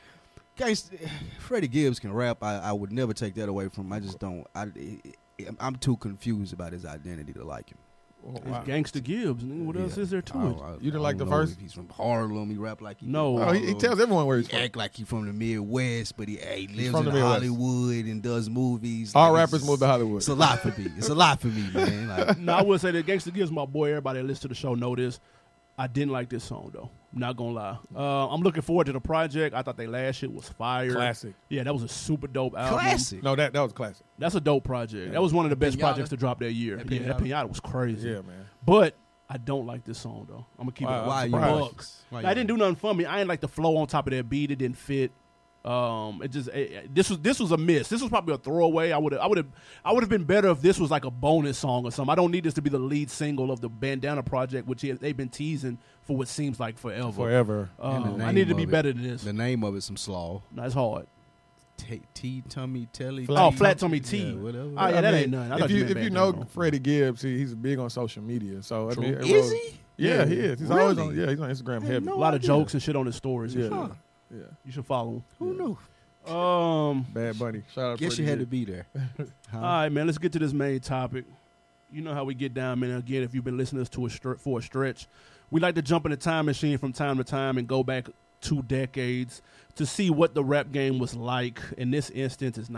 guys. Freddie Gibbs can rap. I, I would never take that away from. him. I just don't. I, I'm too confused about his identity to like him.
It's Gangsta Gibbs. nigga. What else
Yeah. Oh.
is there to
I
it?
don't- I-
You didn't
I
like
don't
the
know
first-
if He's from Harlem. He rap like he. from
No.
Oh, he, he
Harlem.
tells everyone where he's
He
from.
act like he from the Midwest, but he, hey, he lives
from
in
the Midwest.
Hollywood and does movies.
All
Like,
rappers
it's-
move to Hollywood.
It's a lot for me. It's a lot for me, man. Like,
no, I will say that Gangsta Gives my boy. Everybody that listens to the show know this. I didn't like this song though. Not gonna lie. Uh, I'm looking forward to the project. I thought they last shit was fire.
Classic.
Yeah, that was a super dope album.
classic.
No, that that was classic.
That's a dope project. That was one of the best
Pinata.
projects to drop that year.
That
yeah, that pinata was crazy.
Yeah, man.
But I don't like this song though. I'm gonna keep
Wow,
it.
Why
I'm
you
surprised.
like-
Bucks.
why
I didn't do nothing for me. I ain't like the flow on top of that beat. It didn't fit. Um, it just it- it- this was this was a miss. This was probably a throwaway. I would I would have I would have been better if this was like a bonus song or something. I don't need this to be the lead single of the Bandana Project, which he- they've been teasing for what seems like forever.
Forever.
Um,
the
I
name
need to be
of it.
better than this.
The name of it, some slaw.
That's hard.
T, T tummy telly.
Flat-
oh, flat tummy T.
Yeah, whatever.
Oh, yeah,
I
that
mean,
ain't none. I
If
thought
you,
meant
if you
Bandana.
know Freddie Gibbs, he, he's big on social media. So I mean, it
Is
was-
he?
Yeah, he
Yeah.
is. He's always on.
Really?
Yeah, he's on Instagram heavy.
a
no
lot of
idea.
jokes and shit on his stories. and
yeah,
shit.
yeah, yeah.
You should follow
Who knew?
him. Um,
Bad Bunny. Shout out.
Guess
Freddie
you had to
Gibbs.
be there.
All
Huh?
Uh,
right, man. Let's get to this main topic. You know how we get down, man. Again, if you've been listening to us to a str- for a stretch, we like to jump in a time machine from time to time and go back two decades to see what the rap game was like. In this instance, it's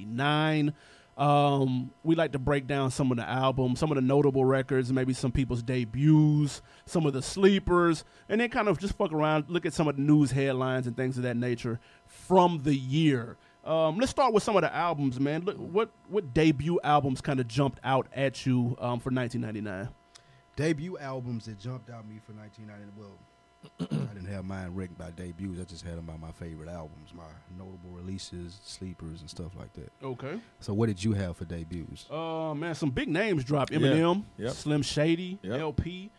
1999. Um, we like to break down some of the albums, some of the notable records, maybe some people's debuts, some of the sleepers, and then kind of just fuck around, look at some of the news headlines and things of that nature from the year. Um, let's start with some of the albums, man. Look, what what debut albums kind of jumped out at you um, for 1999?
debut albums that jumped out at me for 1990. Well, I didn't have mine ranked by debuts. I just had them by my favorite albums, my notable releases, sleepers, and stuff like that.
Okay.
So, what did you have for debuts?
Uh, man, some big names dropped. Eminem,
Yep.
Slim Shady,
Yep.
LP,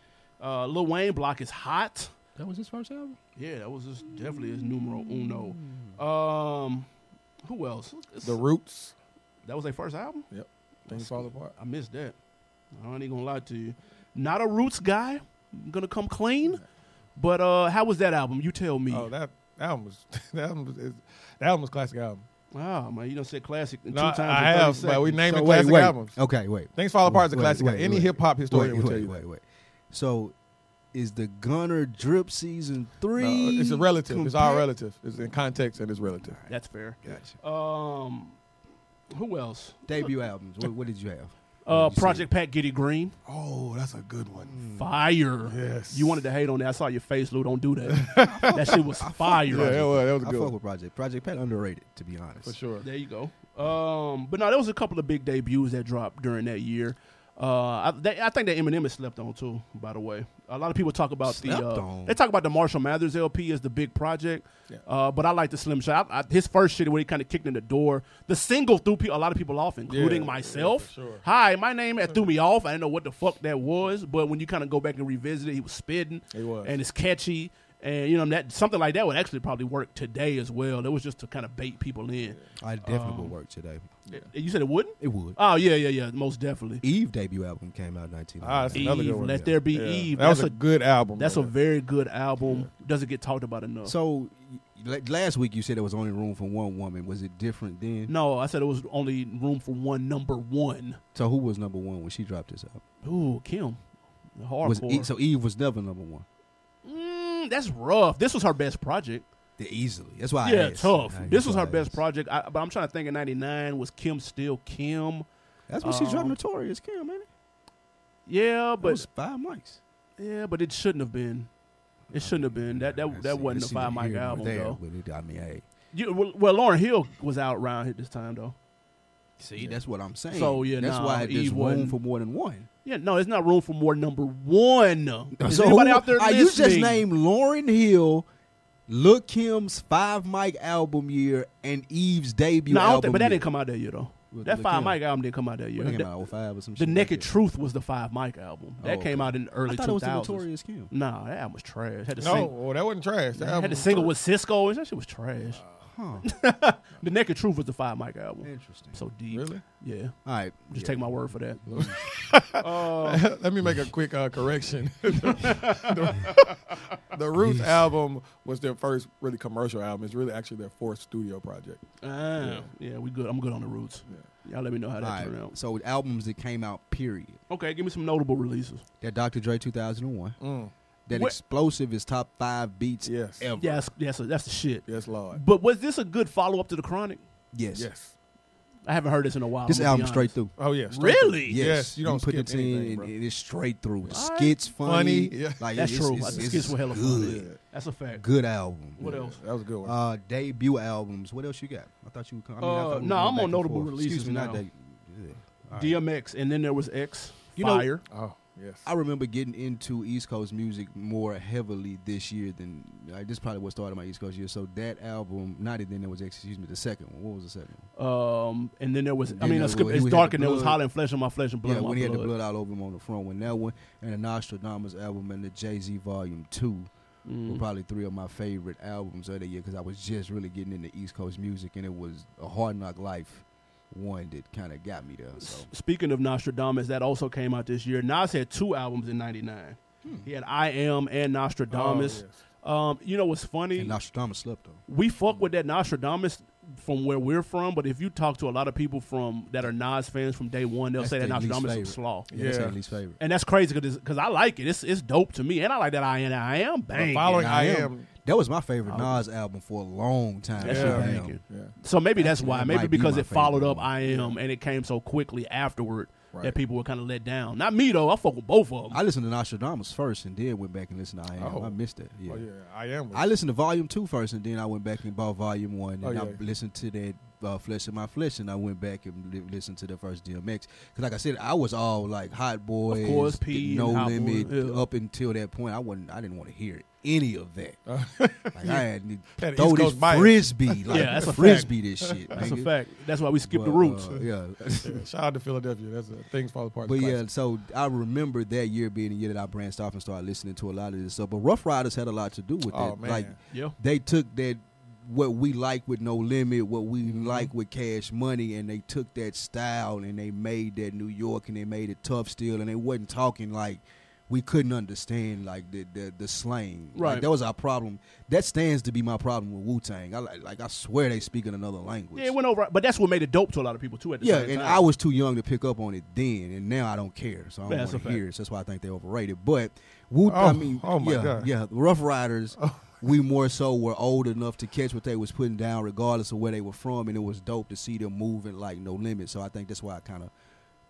uh, Lil Wayne Block is hot.
That was his first album.
Yeah, that was just definitely his numero uno. Um, who else?
The Roots.
that was their first album.
Things fall apart.
I missed that. I ain't gonna lie to you. Not a roots guy. I'm gonna come clean. But uh, how was that album? You tell me.
Oh, that that album was that album was, is- that album was classic album.
Wow, man, you done said classic two
No,
times.
I
in 30
have,
seconds.
but we named
So
it
wait,
classic
wait.
albums.
Okay, wait.
Things Fall Apart is a
Wait,
classic.
wait,
Any
wait.
hip hop
Wait,
historian will tell
wait,
you.
wait, wait. So, is the Gunner Drip season
that.
three?
No, Uh, it's a relative. It's all
compa-
relative. It's in context and it's relative.
That's fair.
Gotcha.
Um, who else?
Debut albums. What, what did you have?
Uh,
Let me see. Mm.
Project Pat Giddy Green,
Oh, that's a good one.
fire.
Yes.
You wanted to hate on that. I saw your face, Lou. Don't do that. that shit was fire.
Yeah, that was, that was a
I
good
fuck
one.
with Project. Project Pat underrated, to be honest.
for sure.
There you go. Um, but no, there was a couple of big debuts that dropped during that year. Uh, I, they, I think that Eminem is slept on too. By the way, a lot of people talk about
Slept
the uh,
on.
they talk about the Marshall Mathers LP as the big project.
Yeah.
Uh, but I like the Slim Shady. I, I, his first shit when he kind of kicked in the door, the single threw pe- a lot of people off, including
yeah,
myself.
for sure.
Hi, my name that threw me off. I didn't know what the fuck that was, but when you kind of go back and revisit it, he was spitting.
He was.
and it's catchy. And you know that something like that would actually probably work today as well. It was just to kind of bait people in.
I
Um,
definitely would work today.
You said it wouldn't?
It would.
Oh yeah, yeah, yeah. Most definitely.
Eve debut album came out in
Ah, that's
1999.
another
Eve,
good one.
Let There Be
Yeah.
Eve.
That was
E, That's
a
a-
good album.
That's a
right there.
very good album. Doesn't get talked about enough.
So y- la- last week you said there was only room for one woman. Was it different then?
no, I said it was only room for one number one.
So who was number one when she dropped this album?
Ooh, Kim, hardcore.
Was Eve, so Eve was never number one.
Mm, that's rough. This was her best project.
The easily. That's why. I
yeah,
asked.
tough.
I-
This
that's
was
why
her
I
best
asked.
project. I, but I'm trying to think. In '99, was Kim still Kim?
That's when she dropped
Um,
Notorious Kim, man.
Yeah,
But
but
was five mics.
yeah, but it shouldn't have been. It shouldn't have been. That that
I
that
see-
wasn't
I
a
see
five
the
mic
here nor
album
there,
though.
but it- I mean, hey,
You, well, well, Lauren Hill was out around here this time though.
see, that's what I'm saying.
So, yeah,
that's
nah,
why there's
Eve
room
wasn't-
for more than one.
Yeah, no, it's not room for more number one. Is
so
anybody
who-
out there
uh,
listening?
you just named Lauren Hill, Look Kim's five mic album year, and Eve's debut
no, I
album.
don't think, but that
year.
didn't come out that year though.
With
That
Lil'
Five
Kim.
Mike album didn't come out that year.
What came
The,
out, 05 or some
The
shit like
Naked
that?
Truth was the Five Mike album. That
Oh,
came
okay.
out in the early
I thought
2000s.
it was the Notorious Kim.
Nah, that album was trash. Had the
No,
single,
well, that wasn't trash. That album
had the
was
single
trash.
with Cisco. That shit was trash.
Huh.
The Naked Truth was the Five Mike album.
Uh, Interesting.
So deep.
Really?
Yeah.
All right.
Just take my word for that.
Let me make a quick uh, correction. the, the Roots
Yes.
album was their first really commercial album. It's really actually their fourth studio project.
Ah, yeah, we good. I'm good on the roots. Y'all let me know how
All
that turned
right.
out.
So albums that came out, period.
Okay, give me some notable releases.
That Dr. Dre 2001.
Mm.
That
What-
explosive is top five beats
Yes.
ever.
Yeah, that's, that's, that's the shit.
Yes, Lord.
But was this a good follow up to the Chronic?
Yes.
Yes.
I haven't heard this in a while.
This
I'm gonna be
album straight
honest.
through.
Oh yeah. straight
Really?
through.
Yes,
Yes. You don't
can put it
skip
in,
anything,
and
bro.
it is straight through. The
Alright.
skits funny.
Funny, yeah.
Like,
That's
it's,
true.
It's,
I think
it's
skits were hella funny.
good.
That's a fact.
Good album.
What else?
That was a good one.
Uh, debut albums. What else you got? I thought you. Would come, I mean, I
Uh,
thought
no,
we were going
I'm
back
on
and
notable
forth.
releases
Excuse me, not
now.
debut. Yeah. All right.
DMX, and then there was X.
You know-
Fire.
oh yes.
I remember getting into East Coast music more heavily this year than like, this. Probably what started my East Coast year. So that album, not it. Then there was excuse me, the second one. What was the second one?
um, and then there was. I
Then
mean,
there
it's, good-
was-
it's
we had
dark,
the
and there was
blood.
hollering flesh on my flesh and blood
yeah,
on my
when he had
blood.
the blood all over him on the front one. That one and the Nostradamus album and the Jay Z Volume Two
Mm.
were probably three of my favorite albums of the year because I was just really getting into East Coast music and it was a Hard Knock Life one that kind of got me there. So
S- Speaking of Nostradamus, that also came out this year. Nas had two albums in '99.
Hmm.
He had I Am and Nostradamus.
Oh,
um,
yes.
you know what's funny?
and Nostradamus slept on.
we fuck with that Nostradamus from where we're from, but if you talk to a lot of people from that are Nas fans from day one, they'll
That's
say that
their least
Nostradamus is
favorite.
slaw.
Yeah, that's
Yeah.
their least favorite.
And that's crazy because I like it. It's it's dope to me, and I like that I am. I am bang.
following
yeah.
I
Damn,
am.
That was my favorite Nas album for a long time.
That shit
Yeah.
Damn.
banging.
Yeah.
So maybe that's
That
why.
might
Maybe
be
because
my
it followed
favorite
up I am, and it came so quickly afterward
Right.
that people were kind of let down. Not me though. I fuck with both of them.
I listened to Nostradamus first and then went back and listened to I Am.
Oh.
I missed that. Yeah.
Oh yeah. I am. was-
I listened to Volume Two first, and then I went back and bought Volume One, and
Oh,
I
yeah.
listened to that uh, Flesh of My Flesh, and I went back and li- listened to the first DMX. Because, like I said, I was all like Hot Boys,
course, P
No
and Hot
Limit,
Boys, yeah.
up until that point. I wasn't, I didn't want to hear any of that. Like I had to
That
throw
East
this
Coast bias.
frisbee, like
that's a fact.
frisbee this shit.
that's a
nigga.
fact. That's why we skip
But,
the roots.
uh, yeah.
Yeah, Shout out to Philadelphia. That's a, things fall apart.
But yeah,
classic.
so I remember that year being the year that I branched off and started listening to a lot of this stuff. But Rough Riders had a lot to do with
Oh,
that.
man.
Like
Yeah.
they took that what we like with No Limit, what we like with Cash Money, and they took that style and they made that New York and they made it tough still, and they wasn't talking like we couldn't understand like the the, the slang. Like,
Right.
that was our problem. That stands to be my problem with Wu Tang. I like, like I swear they speak in another language.
yeah, it went over. But that's what made it dope to a lot of people too. At the
Yeah,
same
and
time.
I was too young to pick up on it then, and now I don't care, so I don't
That's
want
a
to
fact.
hear it. So that's why I think they're overrated. But Wu, I
Oh,
mean,
oh my
yeah,
God.
yeah, Rough Riders. We more so were old enough to catch what they was putting down, regardless of where they were from, and it was dope to see them moving like no limit. So I think that's why I kind of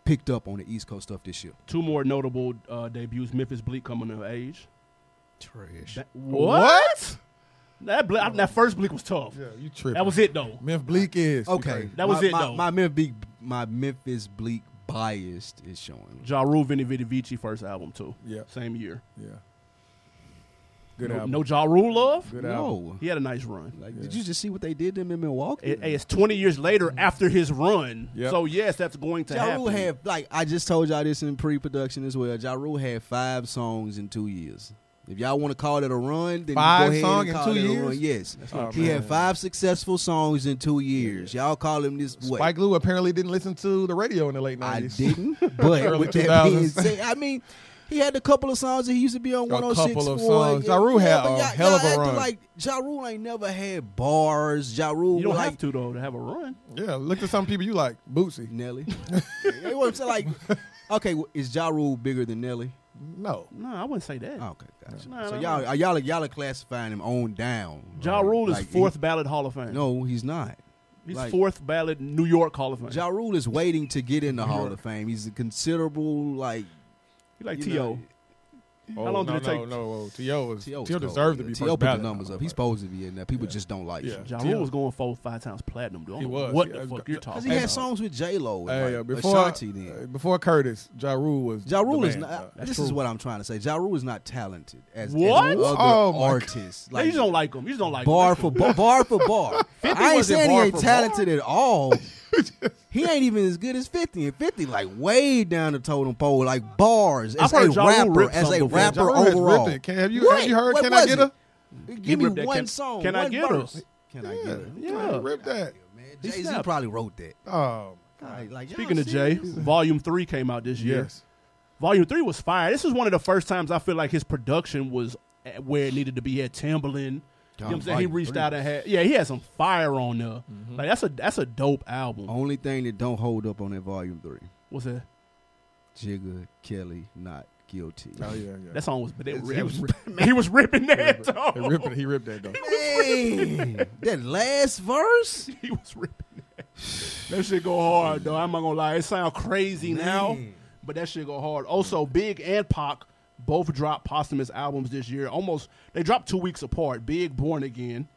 picked up on the East Coast stuff this year.
two more notable uh, debuts. Memphis Bleak coming of age.
Trash.
That- what? That ble- I- that first Bleak was tough.
Yeah, you tripping.
That was it though.
Memph Bleak is
Okay,
That was
my,
it,
My,
though.
my Memphis, my Memphis Bleak biased is showing.
Ja Rule, Vinny Vidi Vici first album too.
Yeah.
Same year.
Yeah. Good
no,
album.
no Ja Rule love.
Good album.
No,
He had a nice run.
like did you just see what they did to him in Milwaukee?
It- it's 20 years later after his run.
Yep.
So, yes, that's going to
Ja Rule
happen.
had like I just told y'all this in pre-production as well. Ja Rule had five songs in two years. If y'all want to call it a run, then
Five
go ahead
song
and
in
call
two
it
years?
a run. Yes,
not
he
bad.
had five successful songs in two years. Y'all call him this what?
Spike Lee apparently didn't listen to the radio in the late
I
nineties.
didn't. But
Early
with that being
2000s.
said, I mean. He had a couple of songs that he used to be on
A
106.
couple of
for,
songs. Ja Rule had
but
a
y'all-
hell
y'all
of a
acting
run.
Like Ja Rule ain't never had bars. Ja Rule
You don't
like,
have to, though, to have a run.
Yeah, look at some people you like. Bootsy.
Nelly. you know what I'm saying? Like, okay, well, is Ja Rule bigger than Nelly?
No.
No, I wouldn't say that.
Oh, Okay, gotcha.
No,
so
no,
y'all,
no.
are y'all, y'all are classifying him on down.
Ja
Like-
Rule is
like,
fourth ballot Hall of Fame.
he- no, he's not.
He's
like-
fourth ballot New York Hall of Fame.
Ja Rule is waiting to get in the Hall of Fame. He's a considerable like.
He like
you
T.O.
know,
Oh,
How long
no,
did it
no,
take?
No, no, T.O. was
T.O.
T.O.
is cold.
deserved to be
Yeah,
first
T.O. put the
ballot.
numbers up. He's supposed to be in there. People just don't like
Yeah.
him.
Ja
T.O.
Rule was going four, five times platinum, dude. I don't know
He was,
what
yeah.
the fuck you're
'Cause
talking
he
about.
had songs with J Lo and
uh, Hey,
like,
uh, before
Ashanti. Then
uh, before Curtis, Ja Rule was
Ja Rule
the
is
man,
not.
bro.
this is what I'm trying to say. Ja Rule is not talented as, as
What?
other
Oh, my God.
artists.
Like, you just don't like him. You just don't like
bar
him.
for bar, bar for bar.
50
I ain't
wasn't
saying he
bar
ain't
for
talented at all. he ain't even as good as fifty. And fifty, like way down the totem pole, like bars
I've
as a
heard Ja Rule
rapper,
ripped
as
some
a
before.
rapper
Ja Rule has
overall.
ripped it. Can- have you- have
What?
you heard
What
Can I
was it?
Get Her?
He
Give me
ripped that
one
Can-
song.
Can I
one
Get Her?
verse. Can I get
Yeah,
it?
Yeah.
rip that.
Man,
He
Jay Z
snapped.
probably wrote that.
Oh,
Like, like, y'all
Speaking of Jay,
serious?
Volume Three came out this year.
yes.
Volume Three was fire. This is one of the first times I feel like his production was at where it needed to be at Timberland. You know what I'm saying? He
Volume
reached
Three
out and had yeah, he had some fire on there.
Mm-hmm.
Like that's a that's a dope album.
only thing that don't hold up on that volume three,
What's that?
Jigga Kelly not guilty.
Oh yeah, yeah.
That song was but they,
It's-
he
it
was
was-
he was ripping that
Rip it.
dog.
He ripped it. He ripped that though.
Man, that last verse.
He was ripping that. That shit go hard though. I'm not gonna lie. It sound crazy now,
Man.
but that shit go hard. Also, Big and Pac both dropped posthumous albums this year. Almost they dropped two weeks apart. Big Born Again,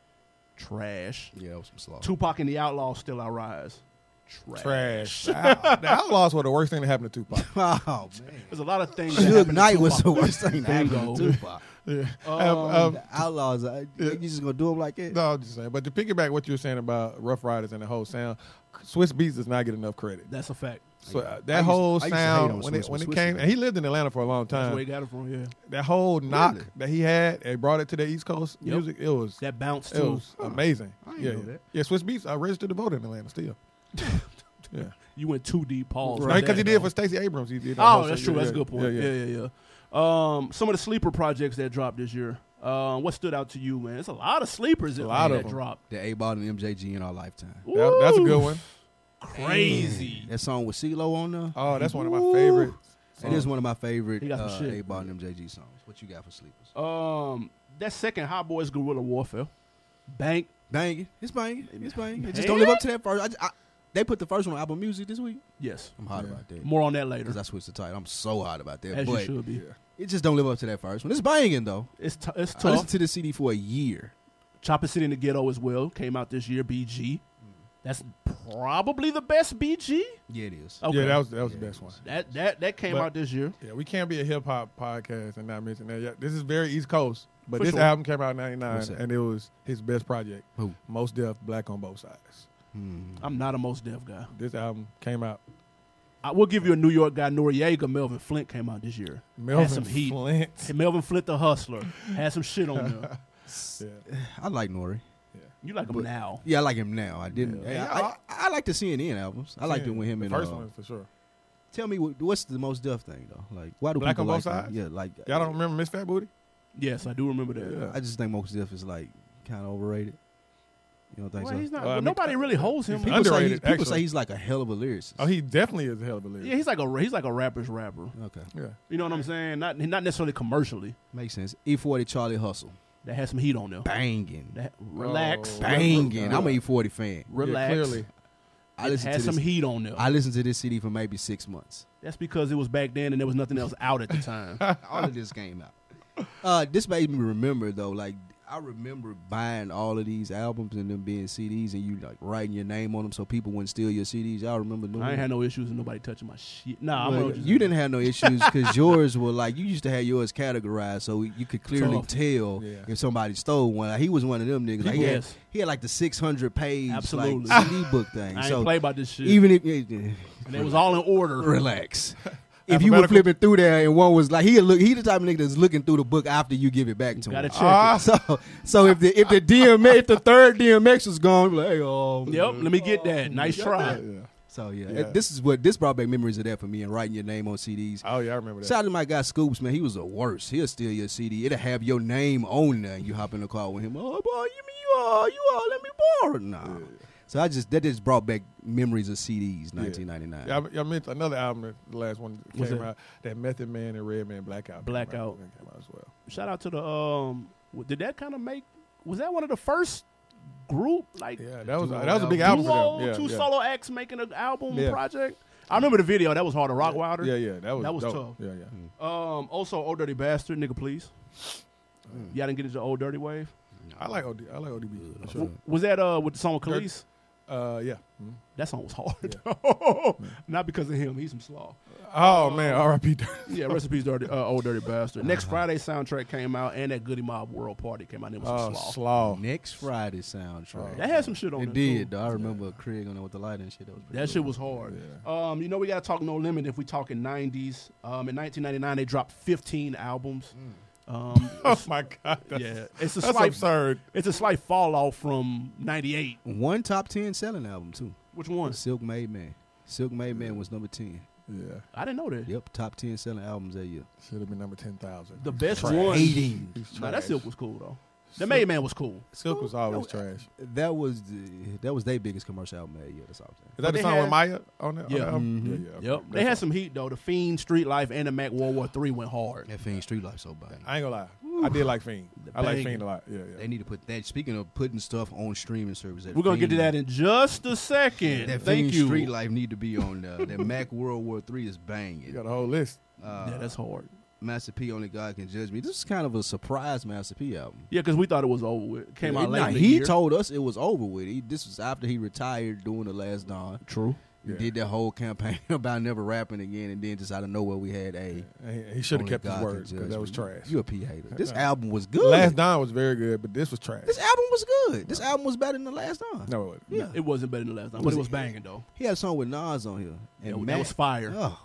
trash.
Yeah, that was some slow.
Tupac and the Outlaw Still I Rise, trash.
Trash. the Out- the Outlaws were the worst thing that happened to Tupac.
Oh man,
There's a lot of things. that
Suge
happened to
Knight was the
Tupac.
worst thing that happened to
Bingo.
Tupac.
Um, um,
The Outlaws, uh, you just gonna do them like that?
no, I'm just saying. But to piggyback what you were saying about Rough Riders and the whole sound, Swiss Beats does not get enough credit.
That's a fact.
So uh,
I
that
used- I
whole
used to hate on
sound when
Swiss
it when it
Beats.
came, and he lived in Atlanta for a long
That's where he
time.
got it from. Yeah,
That whole knock
Really?
that he had, it brought it to the East Coast
Yep.
music. It was
that bounce
it
too.
was amazing.
I didn't
yeah,
know
yeah.
that.
yeah. Swiss Beats, I registered to vote in Atlanta still. yeah,
you went too deep, Paul.
because he did for Stacey Abrams. He did. that
Oh,
whole
that's
thing.
true.
Yeah,
That's a good point. Yeah, yeah, yeah. Um, some of the sleeper projects that dropped this year. Uh, what stood out to you, man? It's a lot of sleepers. A
lot of
that
them.
dropped.
The A Ball and MJG in our lifetime.
That- that's a
Woo!
good one.
Crazy.
That song with CeeLo on there.
Oh, that's one of my
Ooh.
favorite.
It is one of my favorite
He got some
uh,
shit.
A Ball and MJG songs. What you got for sleepers?
Um, that second Hot Boys Guerrilla Warfare, Bank.
Banging, it's banging, it's banging. It just
Hey.
don't live up to that first. I, ju- I, they put the first one on album music this week.
Yes.
I'm hot
Yeah.
about that
More on that later.
because I switched the title. I'm so hot about that,
As you
but
should be.
it just don't live up to that first one. It's banging though.
It's t- it's
I
tough.
listened to the CD for a year.
Chopper City in the Ghetto as well came out this year. BG. That's probably the best BG.
Yeah, it is.
Okay.
Yeah, that was that was the best one.
that that, that came
But-
out this year.
Yeah, we can't be a hip hop podcast and not mention that. Yeah, this is very East Coast, but
For
this
sure.
album came out in
What's
'99,
that?
and it was his best project.
Who?
Most Def, Black on both sides.
I'm not a most deaf guy.
This album came out.
I will give you a New York guy, Noriega. Melvin Flint came out this year.
Melvin
had some heat.
Flint.
Hey, Melvin Flint, the hustler, had some shit on there.
Yeah,
I like Nori.
yeah.
You like him now?
Yeah, I like him now. I didn't.
Yeah.
I, I, I like the CNN albums. I liked it when him
the
and
first
uh,
one for sure.
Tell me what, what's the most deaf thing though? Like why do
Black
people
on
like
both
him?
sides?
Yeah, like
Y'all don't remember Miss Fat Booty?
Yes, I do remember that.
Yeah.
I just think most deaf is like kind of overrated. You don't think
Well,
so?
he's not.
Well, I
well,
mean,
nobody really holds him.
he's
people say he's,
underrated,
people say
actually.
he's like a hell of a lyricist.
Oh, he definitely is a hell of a
yeah,
lyric.
he's like a he's like a rapper's rapper.
okay,
Yeah,
You know what I'm saying? Not not necessarily commercially.
makes sense. E40 Charlie Hustle,
That has some heat on there.
banging,
That, relax,
Oh.
banging. I'm
Yeah.
an E40 fan.
relax.
Yeah, clearly.
I
it
listened to
had
this.
some heat on there.
I listened to this CD for maybe six months.
That's because it was back then and there was nothing else out at the time.
all of this came out. Uh, this made me remember though, like I remember buying all of these albums and them being CDs, and you like writing your name on them so people wouldn't steal your CDs. Y'all remember? Doing
I ain't
that?
had no issues with nobody touching my shit. Nah,
Well,
I'm just,
you didn't have no issues because yours were like you used to have yours categorized, so you could clearly
Tough.
tell
Yeah.
if somebody stole one. Like, he was one of them niggas. Like, he,
People-
had,
Yes.
he had like the six hundred page
Absolutely.
like CD book thing.
I ain't
so
play about this shit.
even if yeah,
and it was all in order.
relax. If you were
Alphabetical.
flipping through there and one was like he look he the type of nigga that's looking through the book after you give it back to
Gotta
him.
check it.
So so if the if the DMX if the third DMX was gone, like oh
Yep, let me get that. Nice
yeah,
try.
yeah.
So yeah,
Yeah.
this is what this brought back memories of that for me and writing your name on CDs.
Oh yeah, I remember that.
Shout out to my guy Scoops, man. He was the worst. He'll steal your CD. It'll have your name on there. You hop in the car with him. Oh boy, you mean you all you all let me borrow? Nah. So I just that just brought back memories of CDs. Nineteen ninety nine.
Yeah, I, I mentioned another album, that- the last one that
What's
came
that?
out, that Method Man and Redman Blackout. came out.
Blackout.
That came out as well.
shout out to the um w- did that kind of make was that one of the first group like
Yeah, that was
Duo
that was a big
duo
album for them. Yeah,
two
yeah.
solo acts making an album
Yeah.
project i remember the video that was hard to rock wilder
Yeah, yeah, that was
That was
dope.
tough.
Yeah, yeah.
um also old dirty bastard nigga please
Mm.
y'all didn't get into old dirty wave
I like OD. I like ODB. for Sure.
W- was that uh with the song with Khalees?
Uh, yeah. Mhm.
that song was hard not because of him he's some slaw
Oh man, R.I.P. Dirty.
yeah recipes dirty uh, old dirty bastard next
Uh-huh.
friday soundtrack came out and that goody mob world party came out and it was
Oh,
some slaw
slaw.
Next Friday soundtrack.
that had some shit on
it
there, too.
did. Though. I remember Craig on there with the light and shit. That was pretty
That
cool.
shit was hard. Um, you know, we got to talk No Limit if we talking 90s. Um, in 1999, they dropped 15 albums.
Mm.
Um,
Oh my god, that's,
yeah, it's a
that's
slight
absurd.
it's a slight fall off from '98.
One top ten selling album too.
Which one?
Silk Made Man. Silk Made Man was number ten.
Yeah,
I didn't know that.
Yep, top ten selling albums that year.
should have been number ten thousand.
The best one.
Hating.
Nah, that silk was cool though. The Made Man was cool.
Silk was always trash. Is
That was the, that was their biggest commercial album that year. That's all I'm saying.
that
they
the song
had-
with Maya on that? on
Yeah. Mm-hmm.
that album?
Mhm.
yeah, yeah.
Yep, they had some heat though. The Fiend, Street Life, and the Mac World War Three went hard.
That Fiend Street Life so bad.
I ain't gonna lie, I did like Fiend. I like
banger.
Fiend a lot. Yeah, yeah.
They need to put that. Speaking of putting stuff on streaming services, that
We're gonna get to
Fiend-
that in just a second.
That
Thank
Fiend
you.
Street Life need to be on there. that Mac World War Three is
You
banging.
got a whole list.
Uh,
yeah, that's hard.
Master P, only God can judge me. This is kind of a surprise Master P album.
Yeah, because we thought it was over with. Came
Nah,
out late. in the
he
year.
told us it was over with. He, this was after he retired doing the last Don.
True.
He
Yeah.
Did that whole campaign about never rapping again, and then just out of nowhere we had a.
And He, he should have
Only
kept
God
his
can
word
judge
because that was
me.
trash.
You a P hater. This
Uh,
album was good.
Last Don was very good, but this was trash.
this album was good. This album was better than the last Don.
No, it wasn't.
Yeah.
It wasn't better than the last time, but
Was
it
it-
was banging though.
He had a song with Nas on here,
That,
and
was- that
Mac-
was fire.
Oh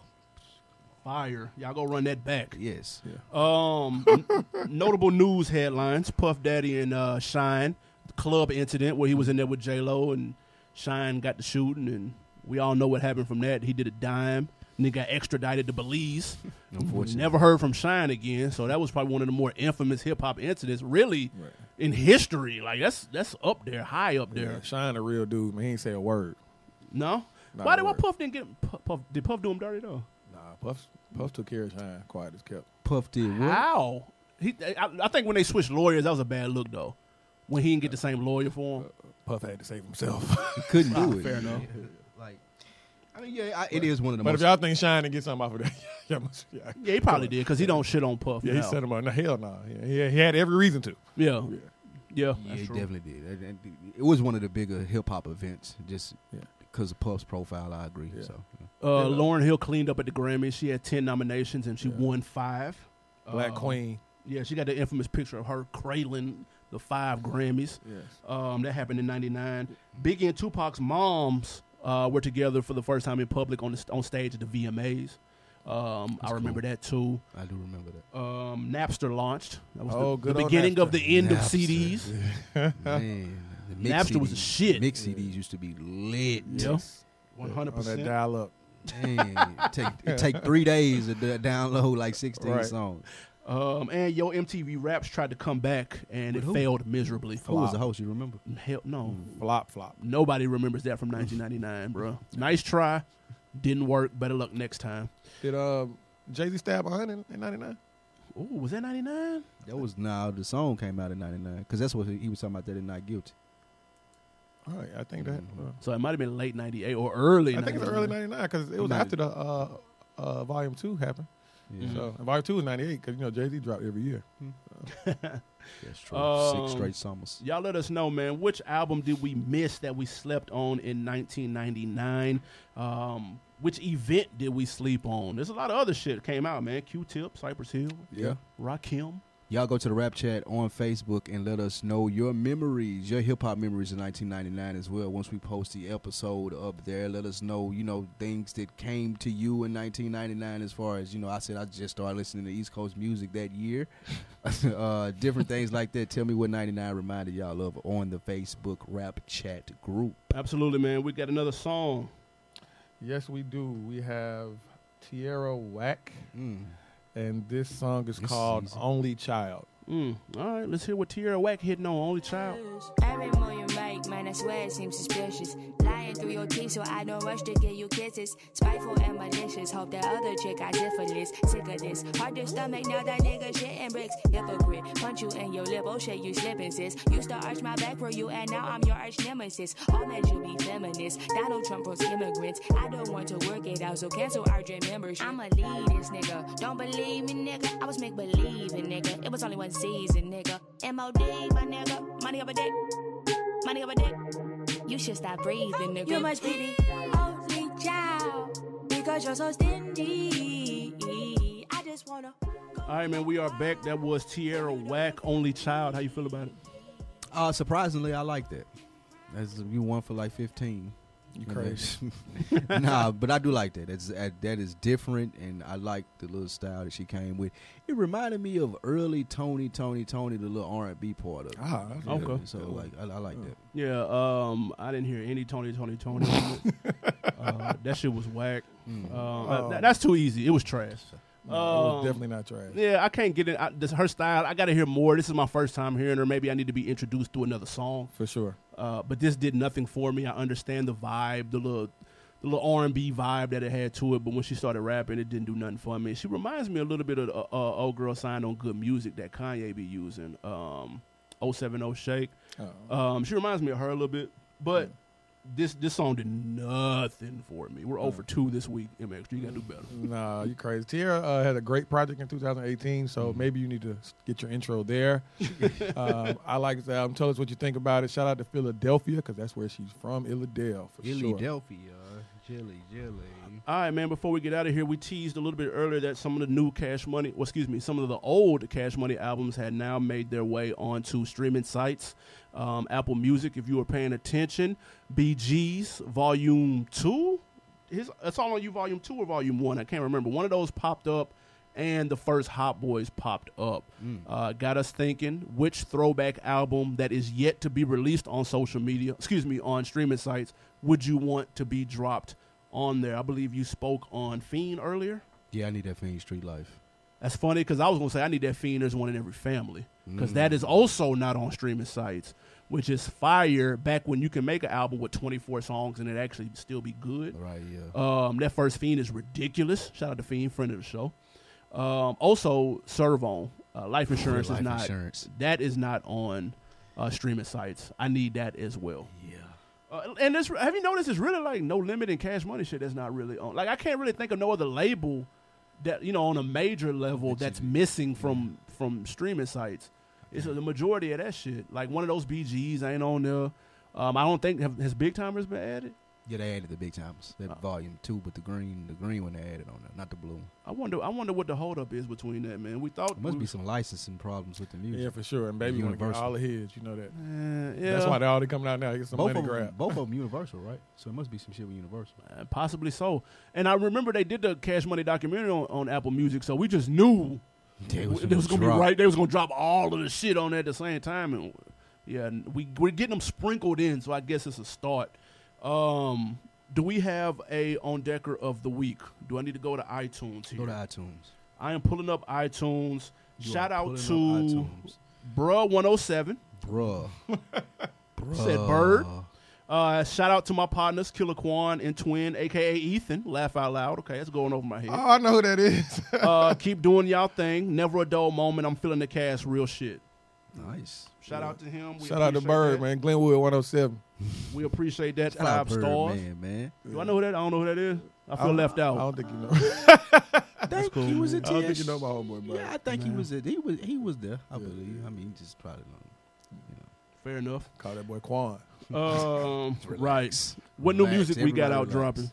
Fire. Y'all go run that back.
yes,
Yeah.
Um, n- notable news headlines: Puff Daddy and uh, Shine club incident where he was in there with J Lo and Shine got the shooting, and we all know what happened from that. He did a dime, and he got extradited to Belize.
Unfortunately.
never heard from Shine again. So that was probably one of the more infamous hip hop incidents, really,
Right.
in history. Like that's that's up there, high up there.
Yeah. Shine a real dude, man. He ain't say a word.
No,
Not
why
a
did why
word.
Puff didn't get Puff, Puff? Did Puff do him dirty though?
Nah, Puff Puff took care of Shine quiet as kept.
Puff did what?
How? He, I, I think when they switched lawyers, that was a bad look though. When he didn't get the same lawyer for him,
Puff had to save himself.
He couldn't
Uh,
do it.
ah, fair enough.
Like, I mean, yeah, I, it is one of the
but if
most.
y'all think Shine didn't get something off of that, y'all must, yeah,
yeah, he probably did because he don't shit on Puff.
yeah,
now.
he set him up. No, hell no. Yeah, he, he had every reason to.
yeah, yeah,
Yeah,
that's
he
true.
definitely did. And- and It was one of the bigger hip hop events, just
Yeah.
because of Puff's profile. I agree.
Yeah.
So yeah.
Uh,
Yeah.
Lauren Hill cleaned up at the Grammys. She had ten nominations and she
Yeah.
won five.
Black
Oh.
Uh,
Queen.
Yeah, she got the infamous picture of her cradling the five Grammys.
Yes.
Um, that happened in '99. Biggie and Tupac's moms uh, were together for the first time in public on the, on stage at the VMAs. Um, I
cool.
remember that too.
I do remember that.
Um, Napster launched. That was
Oh,
the, the
good old
beginning of
Napster.
the end of
Napster.
CDs.
Man, the mix
Napster was the
CDs
shit.
Mix CDs used to be lit.
Yeah, one
Yeah,
hundred
On that
percent.
dial up.
Man, it take it take three days to do- download like sixteen
Right.
songs.
Um, and yo, MTV Raps tried to come back and
With
it
who?
failed miserably.
Who was
Flop.
the host? You remember?
Hell no,
Flop, flop.
nobody remembers that from 1999, bro. Nice try, didn't work. Better luck next time.
Did uh, Jay Z stab 100 in 99?
Ooh, was that 99?
That was now the song came out in '99 because that's what he, he was talking about. That in not guilty.
All right, I think that.
Mhm.
uh,
So it might have been late 98 or early.
I think it's
99.
early 99 because it was
Not-
after the uh, uh, Volume 2 happened.
Yeah,
Mhm.
Mm-hmm. So, and Volume 2 was 98 because, you know, Jay Z dropped every year.
that's true.
Um,
Six straight summers.
Y'all let us know, man. Which album did we miss that we slept on in 1999? Um, which event did we sleep on? There's a lot of other shit that came out, man. Q-Tip, Cypress Hill,
Yeah.
Rakim.
Y'all go to the rap chat on Facebook and let us know your memories, your hip hop memories of 1999 as well. Once we post the episode up there, let us know, you know, things that came to you in 1999 as far as, you know, I said I just started listening to East Coast music that year. uh, different things like that. Tell me what 99 reminded y'all of on the Facebook rap chat group.
Absolutely, man. We got another song.
Yes, we do. We have Tierra Whack,
Mm.
and this song is
This
called
season.
Only Child.
Mm. All right, let's hear what Tierra Whack hitting on Only Child.
Every move you make, man, I swear it seems suspicious. Lying through your teeth, so I don't rush to give you kisses. Spiteful and malicious, hope that other chick got syphilis. Sick of this, hard to stomach now that nigga shit and bricks. Hypocrite, punch you in your lip, oh shit, you slippin' sis. Used to arch my back for you, and now I'm your arch nemesis. All men should be feminists. Donald Trump pros immigrants. I don't want to work it out, so cancel our dream membership. I'ma lead this nigga. Don't believe me, nigga. I was make believe in nigga. It was only one season, nigga. MOD, my nigga. Money up a dick. Money up a dick. You should stop breathing, nigga.
You must be the only child because you're so stingy. I just wanna.
All right, man. We are back. That was Tierra Whack, Only Child. How you feel about it?
Uh, surprisingly, I like that. That's you one for like 15.
You crazy.
nah, but I do like that. That's that, that is different, and I like the little style that she came with. It reminded me of early Tony, Tony, Tony, the little R and B part of it.
Ah, Oh, that's
Yeah,
okay.
So like, I, I like that.
Yeah, um, I didn't hear any Tony, Tony, Tony. on it. uh, that shit was whack. Um, uh, that- that's too easy. It was trash.
No, Mm. Oh. it
Um,
was definitely not trash.
Yeah, I can't get it. I, this, her style, I got to hear more. This is my first time hearing her. Maybe I need to be introduced to another song.
For sure.
Uh, but this did nothing for me. I understand the vibe, the little, the little R and B vibe that it had to it. But when she started rapping, it didn't do nothing for me. She reminds me a little bit of the, uh, uh, old girl signed on Good Music that Kanye be using. Um, 070 Shake.
Oh.
Um, she reminds me of her a little bit, but this this song did nothing for me. We're over two this week. MX, you gotta do better.
Nah, you crazy. Tierra uh, had a great project in 2018, so
Mm-hmm.
maybe you need to s- get your intro there. um, I like the album. Tell us what you think about it. Shout out to Philadelphia because that's where she's from, Illidale, for sure.
Philadelphia, jelly, jelly.
All right, man. Before we get out of here, we teased a little bit earlier that some of the new Cash Money, well, excuse me, some of the old Cash Money albums had now made their way onto streaming sites, um, Apple Music. If you were paying attention, BG's Volume Two, his, it's all on you, Volume Two or Volume One. I can't remember. One of those popped up, and the first Hot Boys popped up. Uh, got us thinking: which throwback album that is yet to be released on social media, excuse me, on streaming sites, would you want to be dropped? on there. I believe you spoke on Fiend earlier.
Yeah, I need that fiend street life.
That's funny because I was gonna say I need that Fiend. There's one in every family because that is also not on streaming sites, which is fire. Back when you can make an album with 24 songs and it actually still be good.
Right, yeah.
Um, that first Fiend is ridiculous. Shout out to Fiend, friend of the show. Um, also, Servon, uh, life insurance
life
is not
insurance.
that is not on uh, streaming sites. I need that as well.
yeah.
Uh, and this, have you noticed? It's really like no limit and cash money shit. That's not really on. Like I can't really think of no other label that you know on a major level that's missing from from streaming sites. It's the majority of that shit. Like one of those BGs ain't on there. Um, I don't think have, has Big Timers been added.
Yeah, they added the big times. That volume two, but the green, the green one they added on there, not the blue.
I wonder. I wonder what the holdup is between that man. We thought
There must
we-
be some licensing problems with the music.
Yeah, for sure. And baby want to get
Universal.
all the heads. You know that.
Uh, yeah,
That's why they're already coming out now. Get some
both
money
of them,
grab.
both of them Universal, right? So it must be some shit with Universal.
Uh, possibly so. And I remember they did the Cash Money documentary on, on Apple Music, so we just knew
They
they
was
was,
gonna
gonna
drop.
be right. They was gonna drop all of the shit on there at the same time, and yeah, and we we're getting them sprinkled in. So I guess it's a start. Um, do we have a on decker of the week? Do I need to go to iTunes here?
Go to iTunes.
I am pulling up iTunes.
You
Shout
are
out
pulling up
to
iTunes.
Bruh 107.
Bruh. Bruh.
Said Bird. Uh, shout out to my partners, Killer Quan and Twin, aka Ethan. Laugh out loud. Okay, that's going over my head.
Oh, I know who that is.
uh, keep doing y'all thing. Never a dull moment. I'm feeling the cast real shit.
Nice.
Shout out to him. We
Shout out to
appreciate
Bird,
that.
man. Glenwood 107.
We appreciate that.
Shout out
Five
Bird,
stars.
man, man.
Do I know who that? I don't know who that is. I feel left
I
out.
don't think you know. I
Thank you. Was it
don't think you know my homeboy, Bird.
Yeah, I think he was. A, he was. He was there. I believe. I mean, he just probably. Not, you know.
Fair enough.
Call that boy Quan.
Um, right. What new
Relax,
music we got
everybody
out
relax.
dropping?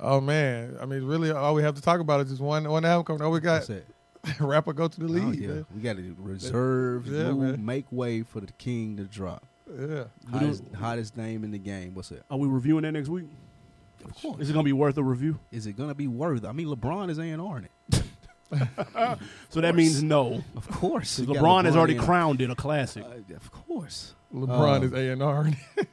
Oh man, I mean, really, all we have to talk about is just one one album coming. out. we
That's
got
it.
rapper go to the
Oh,
lead.
yeah. We got to reserve,
Yeah,
move,
man.
make way for the king to drop.
man. yeah.
Hottest, hottest name in the game. What's it?
Are we reviewing that next week?
Of course.
Is it gonna be worth a review?
Is it gonna be worth? I mean, LeBron is A and R in it.
So that means no.
Of course.
Because
you got
LeBron has already
in it.
crowned it a classic.
Uh, of course.
LeBron
Uh,
is A and R.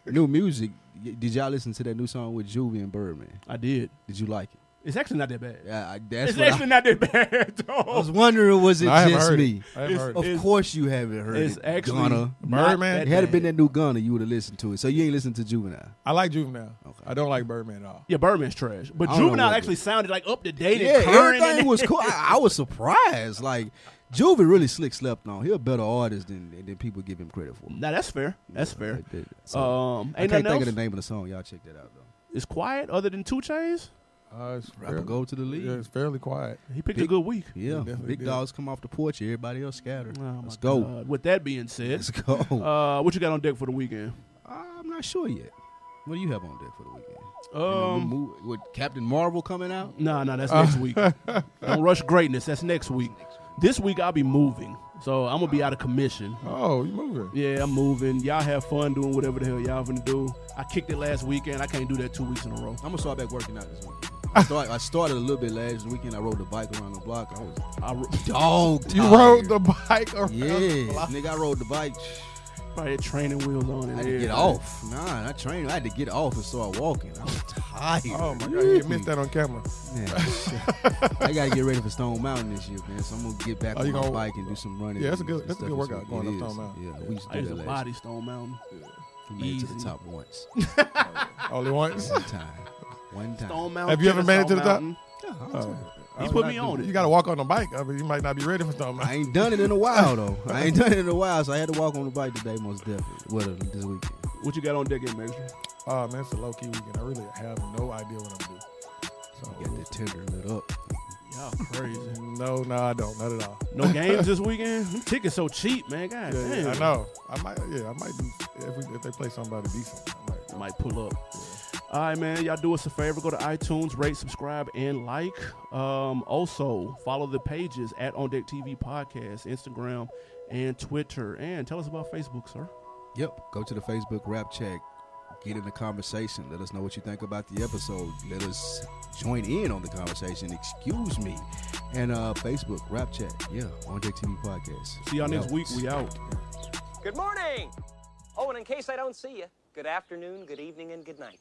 new music. Y- Did y'all listen to that new song with Juvie and Birdman?
I did.
Did you like it?
It's actually not that bad.
Yeah, I, that's
it's
what
actually
I,
not that bad.
I
though.
was wondering. Was it
I haven't
just
heard
me?
it. I haven't
It's-
heard
Of
it.
course, you haven't heard
It's
it.
actually
Gunna.
not
Birdman?
that
It had it
bad.
been that new Gunna, you would have listened to it. So you ain't listened to Juvenile.
I like Juvenile.
Okay.
I don't like Birdman at all.
Yeah, Birdman's trash. But
I don't know
Juvenile
what
actually
it-
sounded like up to date
Yeah,
and current.
everything
and-
was cool. I, I was surprised. Like Juvie really slick slept on. He a better artist than than people give him credit for.
Nah, that's fair. That's fair.
Like that. So,
Um,
I
ain't
can't
nothing
think
else.
of the name of the song. Y'all check that out though.
It's quiet other than Two Chains.
Uh, it's
Rapper
fairly-
go to the
Yeah,
league.
it's fairly quiet.
He picked a
Big-
good week.
Yeah,
definitely
big
did.
dogs come off the porch. Everybody else scattered.
Oh, my
Let's go.
God. With that being said,
Let's go.
uh, what you got on deck for the weekend?
I'm not sure yet. What do you have on deck for the weekend? You know,
Um,
mo- with Captain Marvel coming out.
nah, nah, that's next week. Don't rush greatness. That's next week. This week I'll be moving, so I'm gonna be out of commission.
Oh, you moving?
Yeah, I'm moving. Y'all have fun doing whatever the hell y'all gonna do. I kicked it last weekend. I can't do that two weeks in a row.
I'm gonna start back working out this week. I, start, I started a little bit last weekend. I rode the bike around the block. I was
I ro-
dog.
You
tired.
rode the bike around.
Yeah,
the block.
nigga, I rode the bike.
probably had training wheels on.
I
And
had to
everything.
get off. Nah, I trained. I had to get off and start walking. I was tired.
Oh my god, you missed that on camera.
Man, shit. I gotta get ready for Stone Mountain this year, man. So I'm gonna get back
Oh,
on
you
my
gonna-
bike and do some running.
Yeah, that's a
and
good-
stuff
that's a good
this
workout
week.
going
It
up
is.
Stone Mountain.
Yeah, we used to
I
do
used
that
to
last.
body Stone Mountain.
We made it to the
easy.
top once.
Only once.
One time. One time.
Stone Mountain.
Have you ever made it to the top?
Mountain.
Yeah, I'll
Oh.
do it.
He
Oh,
put
not
me on
do-
it.
You got to walk on the bike. I mean, you might not be ready for something.
I ain't done it in a while though. I ain't done it in a while, so I had to walk on the bike today, most definitely. Well, uh, this weekend.
What you got on deck, in Major?
Oh man, it's a low key weekend. I really have no idea what I'm doing. So
Got that tender lit up.
Y'all crazy.
no, no, I don't. Not at all.
No games this weekend. Them Tickets so cheap, man. God
Yeah,
damn.
yeah, I know. I might. Yeah, I might do if, we, if they play somebody decent. I might.
might pull up. All right, man. Y'all do us a favor. Go to iTunes, rate, subscribe, and like. Um, also, follow the pages at On Deck TV Podcast, Instagram, and Twitter. And tell us about Facebook, sir.
Yep. Go to the Facebook rap check. Get in the conversation. Let us know what you think about the episode. Let us join in on the conversation. Excuse me. And uh Facebook rap check. Yeah, on Deck TV podcast.
See y'all next
Out.
week. We out.
Good morning. Oh, and in case I don't see you, good afternoon, good evening, and good night.